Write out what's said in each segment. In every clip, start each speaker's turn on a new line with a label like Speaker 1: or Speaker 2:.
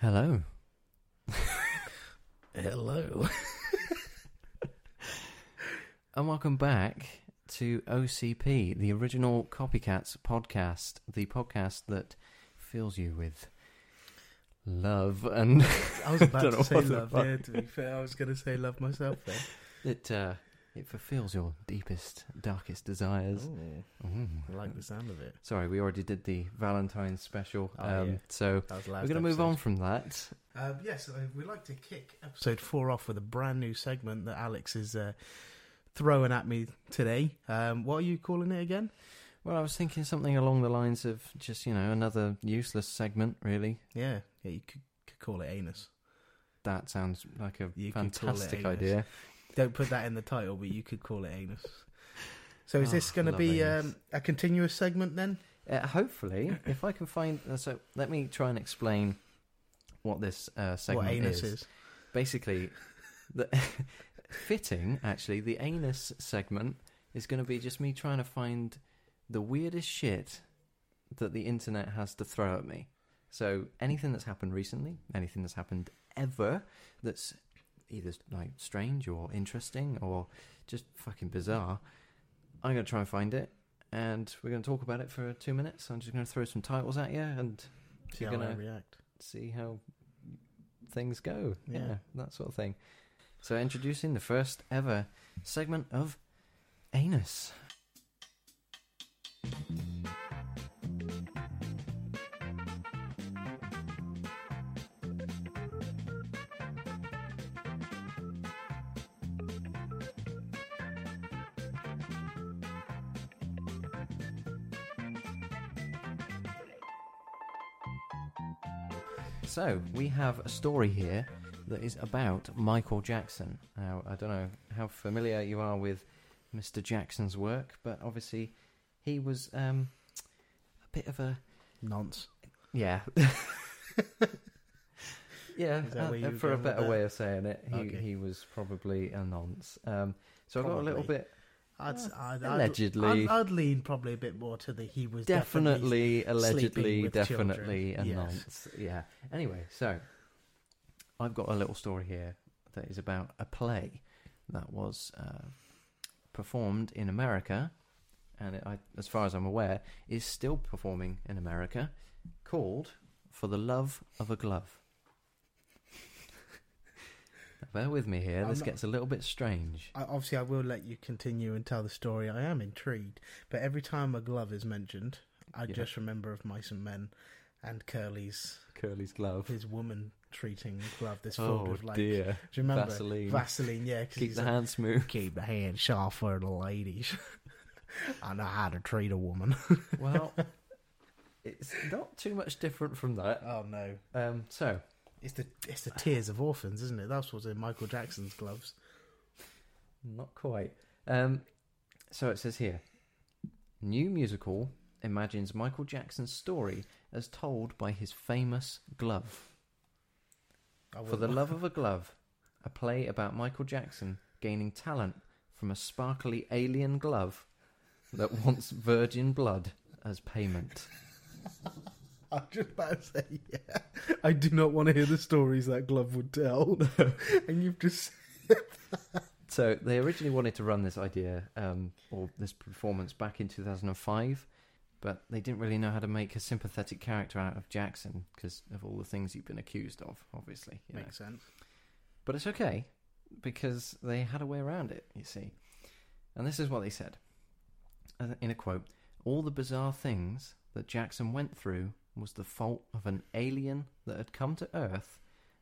Speaker 1: Hello.
Speaker 2: Hello.
Speaker 1: And welcome back to OCP, the original Copycats podcast, the podcast that fills you with love. And
Speaker 2: I was about
Speaker 1: Don't know
Speaker 2: to say
Speaker 1: what the
Speaker 2: love.
Speaker 1: fuck.
Speaker 2: Yeah, to be fair, I was going to say love myself then.
Speaker 1: it, uh, it fulfills your deepest, darkest desires.
Speaker 2: Ooh,
Speaker 1: Mm.
Speaker 2: I like the sound of it.
Speaker 1: Sorry, we already did the Valentine's special.
Speaker 2: Oh,
Speaker 1: um,
Speaker 2: yeah.
Speaker 1: So
Speaker 2: That was last.
Speaker 1: we're going to move on
Speaker 2: episode.
Speaker 1: from that.
Speaker 2: Um, yes, uh, we'd like to kick episode four off with a brand new segment that Alex is uh, throwing at me today. Um, what are you calling it again?
Speaker 1: Well, I was thinking something along the lines of just, you know, another useless segment, really.
Speaker 2: Yeah, yeah, you could, could call it anus.
Speaker 1: That sounds like a
Speaker 2: You could call it
Speaker 1: fantastic
Speaker 2: anus.
Speaker 1: idea.
Speaker 2: Don't put that in the title, but you could call it anus. So is
Speaker 1: Oh,
Speaker 2: this going to
Speaker 1: love
Speaker 2: be
Speaker 1: anus.
Speaker 2: um, a continuous segment then?
Speaker 1: Uh, hopefully, if I can find. uh, So let me try and explain what this uh, segment
Speaker 2: what anus
Speaker 1: is.
Speaker 2: is?
Speaker 1: Basically, the, fitting, actually, the anus segment is going to be just me trying to find the weirdest shit that the internet has to throw at me. So anything that's happened recently, anything that's happened ever, that's either like strange or interesting or just fucking bizarre, I'm going to try and find it. And we're going to talk about it for two minutes. I'm just going to throw some titles at you and
Speaker 2: See
Speaker 1: you're
Speaker 2: how I
Speaker 1: gonna-
Speaker 2: react.
Speaker 1: see how things go. Yeah.
Speaker 2: Yeah.
Speaker 1: that sort of thing. So, introducing the first ever segment of Anus. So, we have a story here that is about Michael Jackson. Now, I don't know how familiar you are with Mr. Jackson's work, but obviously he was um, a bit of a.
Speaker 2: Nonce.
Speaker 1: Yeah. yeah,
Speaker 2: Is that
Speaker 1: uh,
Speaker 2: where you were
Speaker 1: for a
Speaker 2: going with
Speaker 1: better
Speaker 2: that?
Speaker 1: way of saying it, he,
Speaker 2: Okay.
Speaker 1: he was probably a nonce. Um, so, I've got a little
Speaker 2: Probably.
Speaker 1: bit.
Speaker 2: I'd,
Speaker 1: Uh,
Speaker 2: I'd, I'd-
Speaker 1: allegedly.
Speaker 2: I'd, I'd lean probably a bit more to the he was
Speaker 1: definitely,
Speaker 2: definitely. sleeping
Speaker 1: allegedly,
Speaker 2: with
Speaker 1: definitely a
Speaker 2: children. Yes.
Speaker 1: nonce. Yeah. Anyway, so I've got a little story here that is about a play that was uh, performed in America, and it, I, as far as I'm aware, is still performing in America, called "For the Love of a Glove." Now, Bear with me here.
Speaker 2: I'm
Speaker 1: This
Speaker 2: not-
Speaker 1: gets a little bit strange.
Speaker 2: I, obviously, I will let you continue and tell the story. I am intrigued, but every time a glove is mentioned, I
Speaker 1: Yeah.
Speaker 2: just remember of mice and men and Curly's
Speaker 1: Curly's glove.
Speaker 2: his woman treating glove that's filled
Speaker 1: Oh
Speaker 2: with like.
Speaker 1: dear,
Speaker 2: Do you remember
Speaker 1: Vaseline.
Speaker 2: Vaseline? Yeah, because
Speaker 1: Keep
Speaker 2: he's
Speaker 1: the
Speaker 2: like,
Speaker 1: hand smooth.
Speaker 2: keep the hand sharp for the ladies. I know how to treat a woman.
Speaker 1: Well, it's not too much different from that.
Speaker 2: oh no,
Speaker 1: Um, so,
Speaker 2: it's the it's the tears of orphans, isn't it? That's what's in Michael Jackson's gloves.
Speaker 1: not quite. Um, so it says here New musical imagines Michael Jackson's story as told by his famous glove.
Speaker 2: I
Speaker 1: For the
Speaker 2: wouldn't-
Speaker 1: Love of a Glove, a play about Michael Jackson gaining talent from a sparkly alien glove that wants virgin blood as payment.
Speaker 2: I was just about to say, yeah. I do not want to hear the stories that glove would tell. and you've just.
Speaker 1: So they originally wanted to run this idea um, or this performance back in 2005, but they didn't really know how to make a sympathetic character out of Jackson because of all the things he'd been accused of, obviously. you know.
Speaker 2: Makes sense.
Speaker 1: But it's okay because they had a way around it, you see. And this is what they said Uh, in a quote All the bizarre things that Jackson went through was the fault of an alien that had come to Earth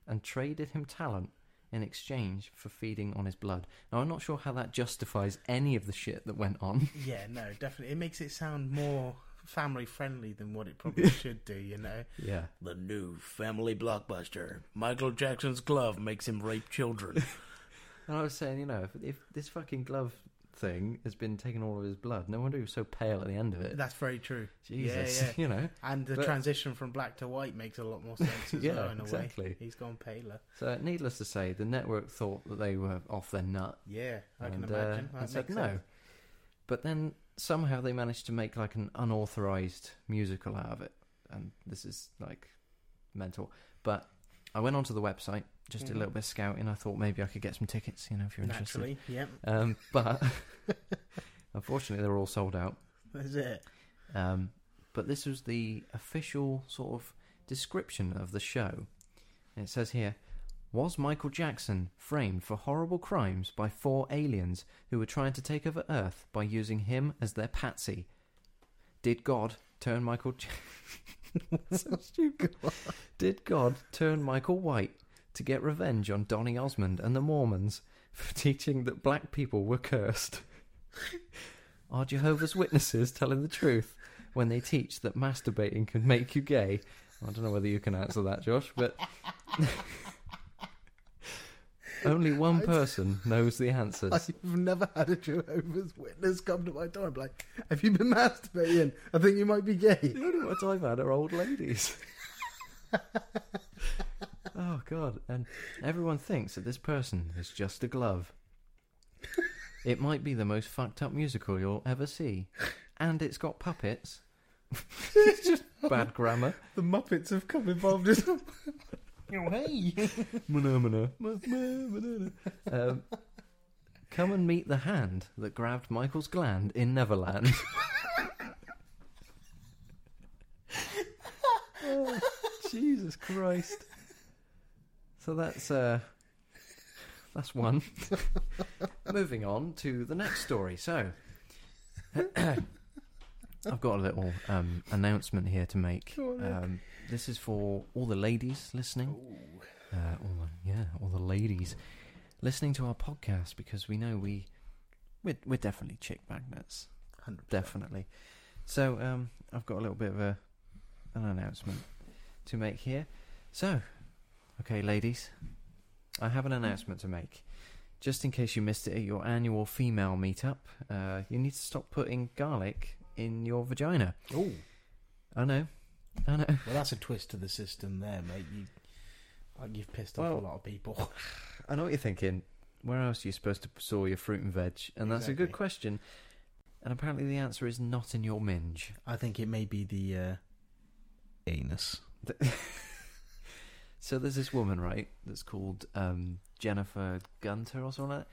Speaker 1: and traded him talent in exchange for feeding on his blood. Now, I'm not sure how that justifies any of the shit that went on.
Speaker 2: Yeah, no, definitely. It makes it sound more family friendly than what it probably should do, you know?
Speaker 1: Yeah.
Speaker 2: The new family blockbuster. Michael Jackson's glove makes him rape children.
Speaker 1: And I was saying, you know, if, if this fucking glove thing has been taking all of his blood, no wonder he was so pale at the end of it.
Speaker 2: That's very true.
Speaker 1: Jesus,
Speaker 2: Yeah, yeah.
Speaker 1: you know.
Speaker 2: And the
Speaker 1: But-
Speaker 2: transition from black to white makes a lot more sense as
Speaker 1: Yeah,
Speaker 2: well, in a way.
Speaker 1: exactly.
Speaker 2: He's gone paler.
Speaker 1: So, needless to say, the network thought that they were off their nut.
Speaker 2: Yeah, I
Speaker 1: and,
Speaker 2: can imagine.
Speaker 1: uh,
Speaker 2: That
Speaker 1: and
Speaker 2: makes
Speaker 1: said no.
Speaker 2: sense.
Speaker 1: But then somehow they managed to make like an unauthorized musical out of it, and this is like mental. But I went onto the website, just did
Speaker 2: Mhm.
Speaker 1: a little bit of scouting. I thought maybe I could get some tickets, you know, if you're interested.
Speaker 2: Naturally, yep.
Speaker 1: Um, but unfortunately, they were all sold out.
Speaker 2: That's it.
Speaker 1: Um, but this was the official sort of description of the show. And it says here Was Michael Jackson framed for horrible crimes by four aliens who were trying to take over Earth by using him as their patsy? Did God turn Michael. J- so stupid. Did God turn Michael White to get revenge on Donny Osmond and the Mormons for teaching that black people were cursed? Are Jehovah's Witnesses telling the truth when they teach that masturbating can make you gay? I don't know whether you can answer that, Josh, but only one person knows the answers.
Speaker 2: I've never had a Jehovah's Witness come to my door and be like, Have you been masturbating? I think you might be gay.
Speaker 1: The only ones I've had are old ladies. oh god! And everyone thinks that this person is just a glove. It might be the most fucked up musical you'll ever see, and it's got puppets. it's just bad grammar.
Speaker 2: The Muppets have come involved as well. Oh, hey.
Speaker 1: Manamana. Manamana. Um, come and meet the hand that grabbed Michael's gland in Neverland. Oh, Jesus Christ. So that's uh that's one. Moving on to the next story. So I've got a little um, announcement here to make.
Speaker 2: Go on, Nick.
Speaker 1: Um, this is for all the ladies listening. Uh, all the, yeah, all the ladies listening to our podcast because we know we we're, we're definitely chick magnets,
Speaker 2: 100%.
Speaker 1: definitely. So um, I've got a little bit of a an announcement to make here. So, okay, ladies, I have an announcement to make. Just in case you missed it at your annual female meetup, uh, you need to stop putting garlic in your vagina.
Speaker 2: Oh,
Speaker 1: I know, I know.
Speaker 2: well, that's a twist to the system there, mate. You, like, you've pissed off
Speaker 1: Well-
Speaker 2: a lot of people.
Speaker 1: I know what you're thinking. Where else are you supposed to store your fruit and veg? And that's a
Speaker 2: Exactly.
Speaker 1: good question. And apparently the answer is not in your minge.
Speaker 2: I think it may be the uh, anus.
Speaker 1: So there's this woman, right, that's called um, Jennifer Gunter or something like that.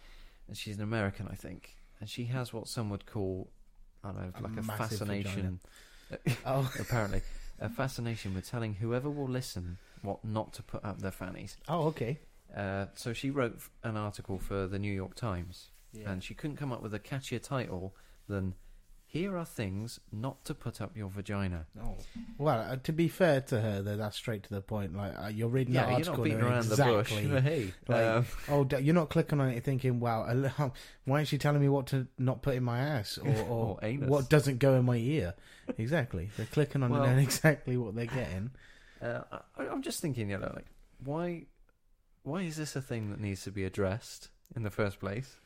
Speaker 1: And she's an American, I think. And she has what some would call, I don't know,
Speaker 2: A
Speaker 1: like a
Speaker 2: massive
Speaker 1: fascination,
Speaker 2: Oh,
Speaker 1: apparently, a fascination with telling whoever will listen what not to put up their fannies.
Speaker 2: oh, okay.
Speaker 1: Uh, so she wrote an article for the New York Times and she couldn't come up with a catchier title than "Here are things not to put up your vagina."
Speaker 2: Oh. Well, uh, to be fair to her, though, that's straight to the point. Like uh, you're reading that
Speaker 1: yeah, you're not
Speaker 2: article,
Speaker 1: beating
Speaker 2: knowing
Speaker 1: around
Speaker 2: exactly.
Speaker 1: the bush. Hey,
Speaker 2: Like,
Speaker 1: um,
Speaker 2: oh, d- you're not clicking on it, thinking, "Wow, a li- um, why is she telling me what to not put in my ass or, or,
Speaker 1: Or anus.
Speaker 2: what doesn't go in my ear?" Exactly, they're clicking on
Speaker 1: Well-
Speaker 2: and knowing exactly what they're getting.
Speaker 1: uh, I, I'm just thinking, you know, like why, why is this a thing that needs to be addressed in the first place?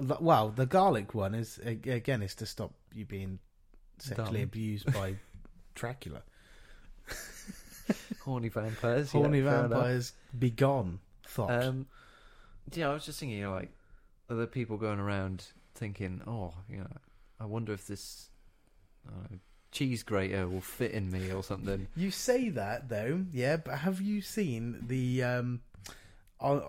Speaker 2: L- Well, the garlic one is a- again is to stop you being sexually
Speaker 1: Dumb.
Speaker 2: abused by Dracula.
Speaker 1: Horny vampires, yeah,
Speaker 2: Horny
Speaker 1: fair enough.
Speaker 2: vampires, be gone. Thought.
Speaker 1: Um, yeah, I was just thinking, you know, like are there people going around thinking, oh, you know, I wonder if this. I don't know, Cheese grater will fit in me or something.
Speaker 2: You say that though, yeah, but have you seen the um on,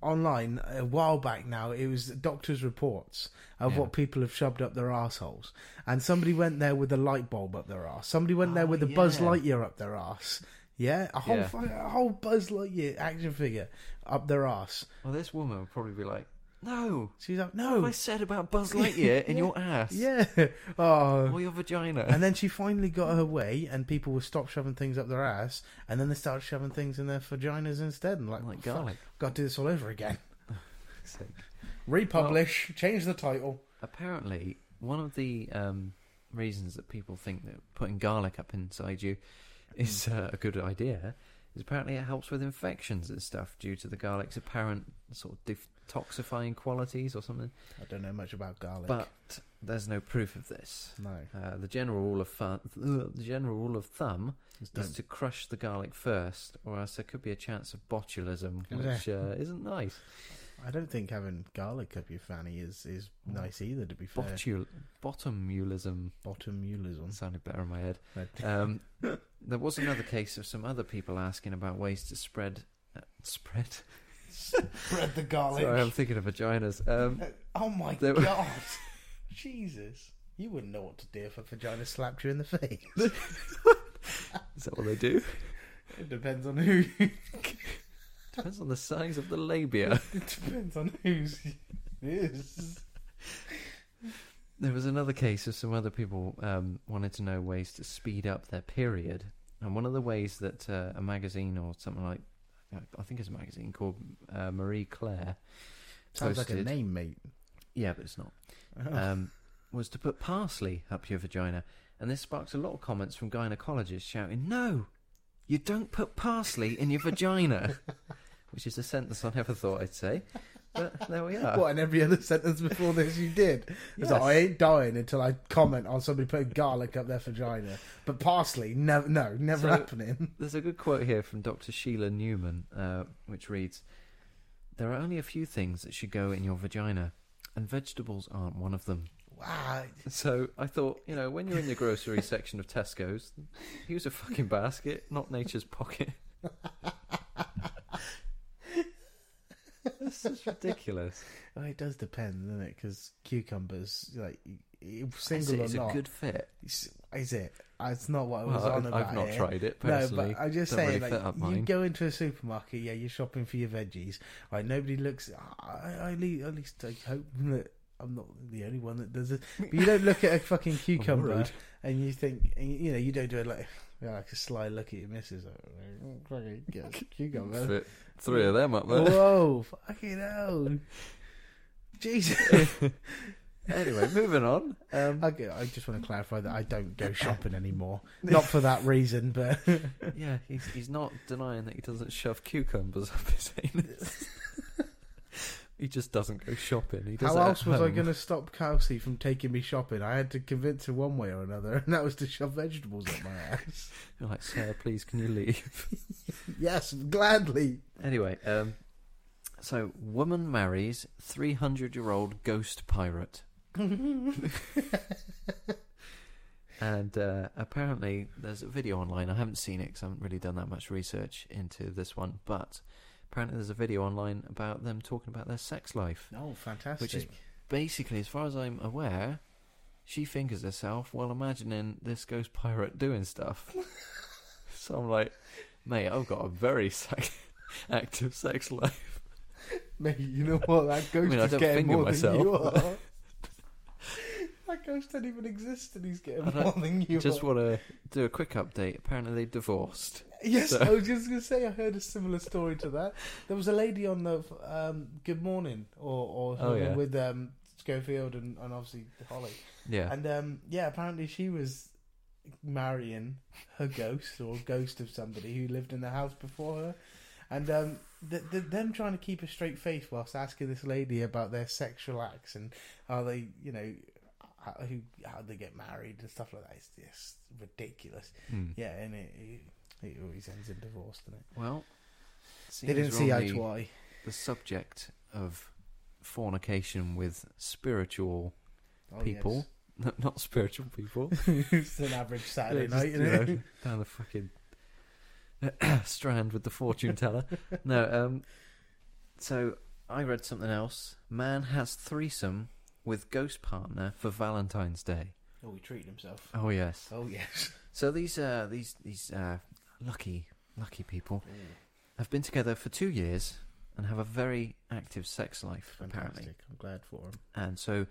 Speaker 2: online a while back now? It was doctors' reports of
Speaker 1: Yeah.
Speaker 2: what people have shoved up their assholes, and somebody went there with a light bulb up their arse. Somebody went there
Speaker 1: Oh,
Speaker 2: with a Buzz
Speaker 1: yeah.
Speaker 2: Lightyear up their arse. Yeah, a whole
Speaker 1: Yeah.
Speaker 2: fu- a whole Buzz Lightyear action figure up their arse.
Speaker 1: Well, this woman would probably be like, "No,
Speaker 2: She's like,
Speaker 1: What have I
Speaker 2: no,
Speaker 1: said about Buzz Lightyear in
Speaker 2: Yeah.
Speaker 1: your ass?
Speaker 2: yeah, oh,
Speaker 1: Or your vagina?
Speaker 2: And then she finally got her way, and people would stop shoving things up their ass, and then they started shoving things in their vaginas instead. And like,
Speaker 1: Like
Speaker 2: "Fuck,
Speaker 1: garlic."
Speaker 2: got to do this all over again.
Speaker 1: So,
Speaker 2: Republish, change the title.
Speaker 1: apparently, one of the um, reasons that people think that putting garlic up inside you is uh, a good idea is apparently it helps with infections and stuff due to the garlic's apparent sort of detoxifying qualities or something.
Speaker 2: I don't know much about garlic.
Speaker 1: But there's no proof of this.
Speaker 2: no,
Speaker 1: Uh, the general rule of fu- the general rule of thumb
Speaker 2: just
Speaker 1: is to crush the garlic first, or else there could be a chance of botulism, which uh, isn't nice.
Speaker 2: I don't think having garlic up your fanny is is nice either. To be fair,
Speaker 1: Botul- botomulism
Speaker 2: botomulism.
Speaker 1: sounded better in my head.
Speaker 2: But-
Speaker 1: Um, there was another case of some other people asking about ways to spread Spread.
Speaker 2: Spread the garlic.
Speaker 1: Sorry, I'm thinking of vaginas. Um,
Speaker 2: oh my
Speaker 1: There were-
Speaker 2: god. Jesus. You wouldn't know what to do if a vagina slapped you in the face.
Speaker 1: is that what they do?
Speaker 2: it depends on who.
Speaker 1: Depends on the size of the labia.
Speaker 2: it depends on who's. It is.
Speaker 1: There was another case of some other people um, wanted to know ways to speed up their period, and one of the ways that uh, a magazine or something like I think it's a magazine called uh, Marie Claire
Speaker 2: Sounds like a
Speaker 1: Posted.
Speaker 2: name, mate.
Speaker 1: Yeah, but it's not.
Speaker 2: Oh.
Speaker 1: Um, was to put parsley up your vagina, and this sparked a lot of comments from gynecologists shouting, "No, you don't put parsley in your vagina," which is a sentence I never thought I'd say, but there we are.
Speaker 2: What, and every other sentence before this you did? It's like,
Speaker 1: Yes.
Speaker 2: I ain't dying until I comment on somebody putting garlic up their vagina. But parsley, no, no never
Speaker 1: So-
Speaker 2: happening.
Speaker 1: There's a good quote here from Dr. Sheila Newman, uh, which reads There are only a few things that should go in your vagina, and vegetables aren't one of them.
Speaker 2: Wow.
Speaker 1: So I thought, you know, when you're in your grocery section of Tesco's, use a fucking basket, not nature's pocket. this is ridiculous.
Speaker 2: Well, it does depend, doesn't it? Because cucumbers, like, y- y-
Speaker 1: I say
Speaker 2: single or
Speaker 1: it's
Speaker 2: not,
Speaker 1: a good fit.
Speaker 2: it's- is it? It's not what I was
Speaker 1: Well,
Speaker 2: on
Speaker 1: I,
Speaker 2: about.
Speaker 1: I've not
Speaker 2: here.
Speaker 1: tried it
Speaker 2: No,
Speaker 1: personally.
Speaker 2: but I'm just
Speaker 1: Don't
Speaker 2: saying,
Speaker 1: really fit
Speaker 2: like,
Speaker 1: up
Speaker 2: you
Speaker 1: mine.
Speaker 2: go into a supermarket, yeah, you're shopping for your veggies, right? Nobody looks. I, I, at least- at least I hope that I'm not the only one that does it. But you don't look at a fucking cucumber
Speaker 1: worried.
Speaker 2: and you think, and you you know, you don't do it like you know, like a sly look at your missus. Like, "Oh, fucking get a cucumber.
Speaker 1: Fit three of them up there.
Speaker 2: Whoa, fucking hell. Jesus.
Speaker 1: anyway, moving on. Um,
Speaker 2: okay, I just want to clarify that I don't go shopping anymore. Not for that reason, but
Speaker 1: Yeah, he's, he's not denying that he doesn't shove cucumbers up his anus. he just doesn't go shopping. He does
Speaker 2: how
Speaker 1: it at
Speaker 2: else was I
Speaker 1: home.
Speaker 2: going to stop Kelsey from taking me shopping? I had to convince her one way or another, and that was to shove vegetables up my ass.
Speaker 1: You're like, Sarah, please, can you leave?
Speaker 2: yes, gladly.
Speaker 1: anyway, um, so woman marries 300 year old ghost pirate. And uh, apparently, there's a video online. I haven't seen it because I haven't really done that much research into this one. But apparently, there's a video online about them talking about their sex life.
Speaker 2: oh, fantastic!
Speaker 1: Which is- basically, as far as I'm aware, she fingers herself while imagining this ghost pirate doing stuff. so I'm like, mate, I've got a very sex- active sex life.
Speaker 2: Mate, you know what? That ghost
Speaker 1: I mean, I
Speaker 2: is
Speaker 1: don't
Speaker 2: getting
Speaker 1: finger
Speaker 2: more
Speaker 1: myself,
Speaker 2: than you are. that ghost didn't even exist, and he's getting
Speaker 1: I don't-
Speaker 2: more than you
Speaker 1: Just
Speaker 2: are.
Speaker 1: want to do a quick update. Apparently, they divorced.
Speaker 2: Yes,
Speaker 1: so-
Speaker 2: I was just going to say I heard a similar story to that. There was a lady on the um, Good Morning or, or
Speaker 1: Oh, yeah.
Speaker 2: with um, Schofield and, and obviously Holly.
Speaker 1: Yeah.
Speaker 2: And um, yeah, apparently she was marrying her ghost or ghost of somebody who lived in the house before her. And um, th th them trying to keep a straight face whilst asking this lady about their sexual acts and how they, you know, how, who, how they get married and stuff like that. It's just ridiculous.
Speaker 1: Hmm.
Speaker 2: Yeah, and it, it, it always ends in divorce, doesn't it?
Speaker 1: Well,
Speaker 2: They didn't see eye
Speaker 1: the,
Speaker 2: to eye.
Speaker 1: the subject of fornication with spiritual,
Speaker 2: Oh,
Speaker 1: people. no, not spiritual people.
Speaker 2: yes. it's an average Saturday
Speaker 1: Yeah, just,
Speaker 2: night, isn't it?
Speaker 1: you know, down the fucking strand with the fortune teller. no, um, so I read something else. Man has threesome with ghost partner for Valentine's Day.
Speaker 2: Oh, he treated himself.
Speaker 1: Oh yes.
Speaker 2: Oh, yes.
Speaker 1: So these uh, these these uh, lucky lucky people have been together for two years and have a very active sex life apparently.
Speaker 2: Fantastic. I'm glad for him.
Speaker 1: And so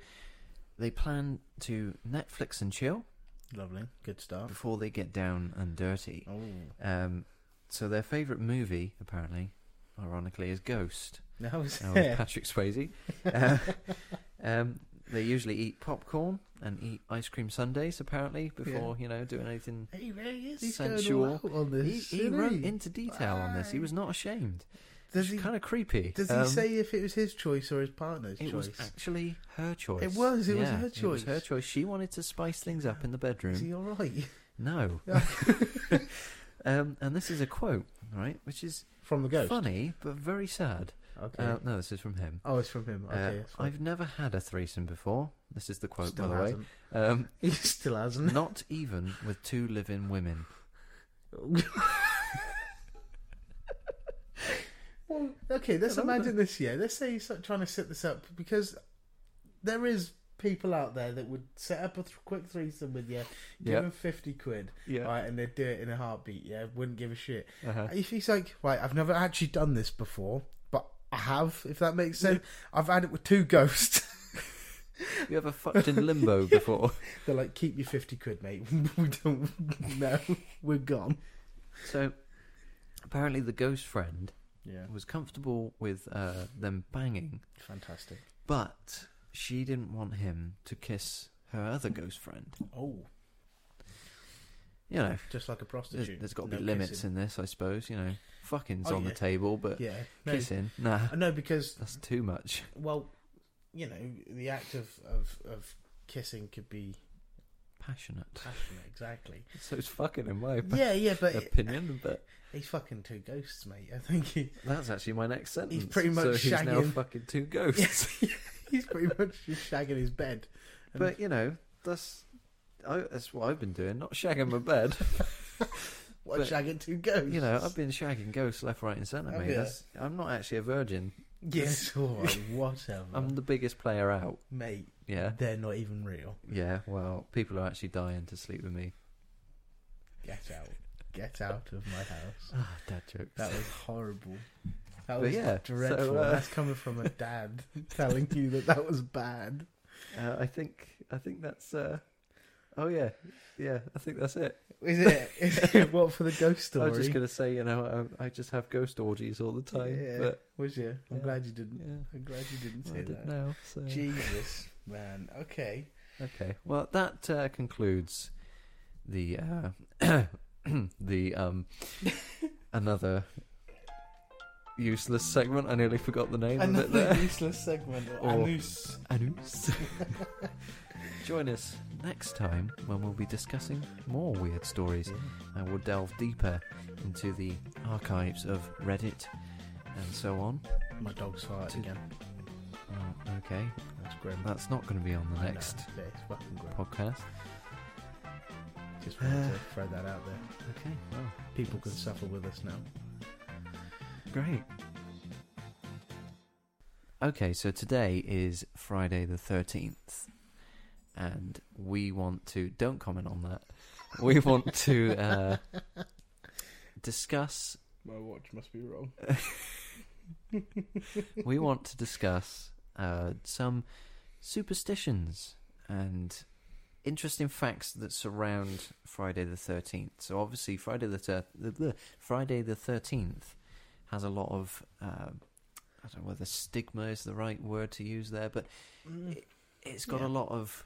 Speaker 1: they plan to Netflix and chill
Speaker 2: Lovely. Good start.
Speaker 1: before they get down and dirty.
Speaker 2: Oh.
Speaker 1: Um, so their favourite movie, apparently, ironically, is Ghost
Speaker 2: That was
Speaker 1: uh, with Patrick Swayze. Uh, um, they usually eat popcorn and eat ice cream sundaes, apparently, before you know doing anything.
Speaker 2: He really is
Speaker 1: He's
Speaker 2: going all
Speaker 1: sensual.
Speaker 2: out on
Speaker 1: He,
Speaker 2: this.
Speaker 1: he
Speaker 2: isn't
Speaker 1: wrote
Speaker 2: he?
Speaker 1: into detail on this. He was not ashamed.
Speaker 2: Does he?
Speaker 1: Kind of creepy.
Speaker 2: Does he
Speaker 1: Um,
Speaker 2: say if it was his choice or his partner's
Speaker 1: It was
Speaker 2: choice?
Speaker 1: actually her choice.
Speaker 2: It was, it was
Speaker 1: Yeah,
Speaker 2: her
Speaker 1: It was
Speaker 2: choice.
Speaker 1: her choice. She wanted to spice things up in the
Speaker 2: Is
Speaker 1: bedroom.
Speaker 2: he all right?
Speaker 1: No. um, and this is a quote, right? Which is
Speaker 2: From the ghost.
Speaker 1: funny but very sad.
Speaker 2: Okay.
Speaker 1: Uh, no, this is from him.
Speaker 2: oh, it's from him.
Speaker 1: Uh,
Speaker 2: Okay. that's fine.
Speaker 1: I've never had a threesome before. This is the quote,
Speaker 2: Still
Speaker 1: by the
Speaker 2: hasn't.
Speaker 1: way. Um,
Speaker 2: He still hasn't.
Speaker 1: not even with two living women.
Speaker 2: what Well, okay, let's
Speaker 1: Yeah, no,
Speaker 2: imagine this year. Let's say you start trying to set this up because there is people out there that would set up a th- quick threesome with you, give
Speaker 1: Yeah.
Speaker 2: them 50 quid,
Speaker 1: Yeah.
Speaker 2: right, and they'd do it in a heartbeat, yeah, wouldn't give a shit.
Speaker 1: Uh-huh.
Speaker 2: If he's like, right, I've never actually done this before, but I have, if that makes sense, I've had it with two ghosts.
Speaker 1: You ever fucked in limbo before?
Speaker 2: They're like, keep your 50 quid, mate. we don't, no, we're gone.
Speaker 1: So apparently, the ghost friend
Speaker 2: Yeah,
Speaker 1: was comfortable with uh, them banging,
Speaker 2: fantastic.
Speaker 1: but she didn't want him to kiss her other ghost friend.
Speaker 2: Oh,
Speaker 1: You know,
Speaker 2: just like a
Speaker 1: there's,
Speaker 2: prostitute.
Speaker 1: there's got to
Speaker 2: No
Speaker 1: be limits
Speaker 2: kissing.
Speaker 1: in this, I suppose. You know, fucking's
Speaker 2: Oh,
Speaker 1: on
Speaker 2: yeah.
Speaker 1: the table, but
Speaker 2: Yeah, no, Uh,
Speaker 1: kissing, nah,
Speaker 2: no, because
Speaker 1: that's too much.
Speaker 2: well, you know, the act of, of, of kissing could be
Speaker 1: Passionate.
Speaker 2: passionate, exactly.
Speaker 1: So it's fucking in my
Speaker 2: yeah, yeah, but
Speaker 1: opinion, but
Speaker 2: he's fucking two ghosts, mate. I think he,
Speaker 1: that's actually my next sentence.
Speaker 2: pretty much
Speaker 1: so he's now
Speaker 2: shagging-
Speaker 1: fucking two ghosts.
Speaker 2: he's pretty much just shagging his bed. And-
Speaker 1: But you know, that's I, that's what I've been doing. Not shagging my bed.
Speaker 2: what,
Speaker 1: but-
Speaker 2: shagging two ghosts?
Speaker 1: you know, I've been shagging ghosts left, right, and centre.
Speaker 2: Have
Speaker 1: Mate,
Speaker 2: ya?
Speaker 1: That's- I'm not actually a virgin.
Speaker 2: yes, Um, all right, whatever,
Speaker 1: I'm the biggest player out.
Speaker 2: mate.
Speaker 1: Yeah,
Speaker 2: They're not even real.
Speaker 1: yeah. Well, people are actually dying to sleep with me.
Speaker 2: Get out, get out of my house.
Speaker 1: Ah, dad jokes.
Speaker 2: That was horrible. That
Speaker 1: But
Speaker 2: was
Speaker 1: yeah,
Speaker 2: dreadful.
Speaker 1: so, uh,
Speaker 2: That's coming from a dad telling you that that was bad.
Speaker 1: Uh, I think I think that's. Uh, oh yeah, yeah. I think that's it.
Speaker 2: Is it? Is it what for the ghost story?
Speaker 1: I was just gonna say, you know, um, I, I just have ghost orgies all the time.
Speaker 2: Yeah,
Speaker 1: But
Speaker 2: was you? I'm
Speaker 1: Yeah.
Speaker 2: glad you didn't.
Speaker 1: yeah,
Speaker 2: I'm glad you didn't
Speaker 1: I
Speaker 2: say
Speaker 1: did
Speaker 2: that.
Speaker 1: now. So
Speaker 2: Jesus, man. Okay.
Speaker 1: okay. Well, that uh, concludes the uh, the um another useless segment. I nearly forgot the name of it
Speaker 2: Another
Speaker 1: there.
Speaker 2: useless segment. Or
Speaker 1: Or-
Speaker 2: anus.
Speaker 1: Anus. Join us next time when we'll be discussing more weird stories. and we'll delve deeper into the archives of Reddit and so on.
Speaker 2: My dog's farted
Speaker 1: To-
Speaker 2: again.
Speaker 1: Oh, okay,
Speaker 2: That's grim.
Speaker 1: that's not going to be on the
Speaker 2: I know.
Speaker 1: Uh, next
Speaker 2: Yeah, it's fucking grim.
Speaker 1: podcast.
Speaker 2: Just wanted
Speaker 1: Uh,
Speaker 2: to throw that out there.
Speaker 1: Okay, well,
Speaker 2: People can suffer with us now.
Speaker 1: great. Okay, so today is Friday the 13th, and we want to. Don't comment on that. We want to uh, discuss.
Speaker 2: My watch must be wrong.
Speaker 1: We want to discuss uh, some superstitions and interesting facts that surround Friday the Thirteenth. So obviously, Friday the, thir- the, the Friday the Thirteenth has a lot of uh, I don't know whether stigma is the right word to use there, but it's got
Speaker 2: Yeah.
Speaker 1: a lot of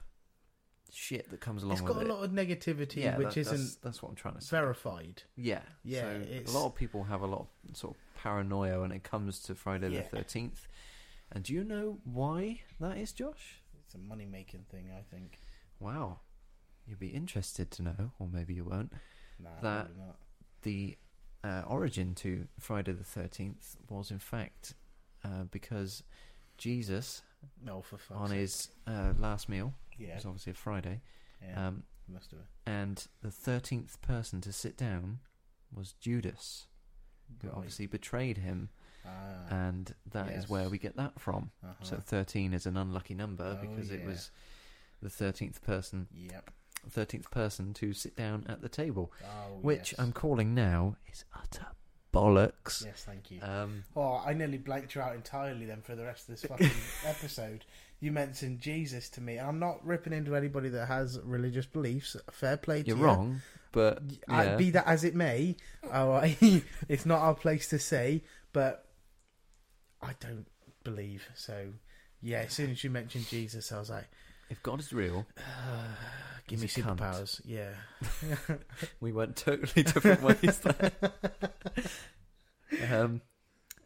Speaker 1: shit that comes along
Speaker 2: It's
Speaker 1: with
Speaker 2: got a
Speaker 1: it.
Speaker 2: lot of negativity,
Speaker 1: yeah,
Speaker 2: which
Speaker 1: that-
Speaker 2: isn't
Speaker 1: that's, that's what I'm trying to say.
Speaker 2: verified.
Speaker 1: Yeah,
Speaker 2: Yeah,
Speaker 1: So
Speaker 2: it's-
Speaker 1: a lot of people have a lot of sort of paranoia when it comes to Friday
Speaker 2: Yeah.
Speaker 1: the Thirteenth. And do you know why that is, Josh?
Speaker 2: It's a money making thing, I think.
Speaker 1: Wow, you'd be interested to know, or maybe you won't.
Speaker 2: Nah,
Speaker 1: That-
Speaker 2: probably not.
Speaker 1: The uh, origin to Friday the Thirteenth was, in fact, uh, because Jesus
Speaker 2: No, Oh, for fuck's
Speaker 1: on
Speaker 2: sake.
Speaker 1: his uh, last meal, it
Speaker 2: Yeah,
Speaker 1: was obviously a Friday,
Speaker 2: yeah
Speaker 1: um,
Speaker 2: must have.
Speaker 1: and the thirteenth person to sit down was Judas, who
Speaker 2: Right.
Speaker 1: obviously uh, betrayed him.
Speaker 2: Ah,
Speaker 1: and that is
Speaker 2: Yes.
Speaker 1: where we get that from.
Speaker 2: uh-huh.
Speaker 1: So 13 is an unlucky number
Speaker 2: Oh,
Speaker 1: because it
Speaker 2: yeah.
Speaker 1: was the 13th person,
Speaker 2: Yep.
Speaker 1: 13th person to sit down at the table,
Speaker 2: Oh,
Speaker 1: which
Speaker 2: yes.
Speaker 1: I'm calling now is utter bollocks.
Speaker 2: Yes, thank you.
Speaker 1: Um,
Speaker 2: oh, I nearly blanked you out entirely then for the rest of this fucking episode. You mentioned Jesus to me, and I'm not ripping into anybody that has religious beliefs. Fair play to
Speaker 1: you're
Speaker 2: you.
Speaker 1: wrong, but
Speaker 2: I-
Speaker 1: uh, yeah,
Speaker 2: Be that as it may, all right, it's not our place to say, but I don't believe. So, yeah, as soon as you mentioned Jesus, I was like,
Speaker 1: if God is real,
Speaker 2: ah, give me
Speaker 1: He's a cunt.
Speaker 2: superpowers. Yeah.
Speaker 1: we went totally different ways there. um,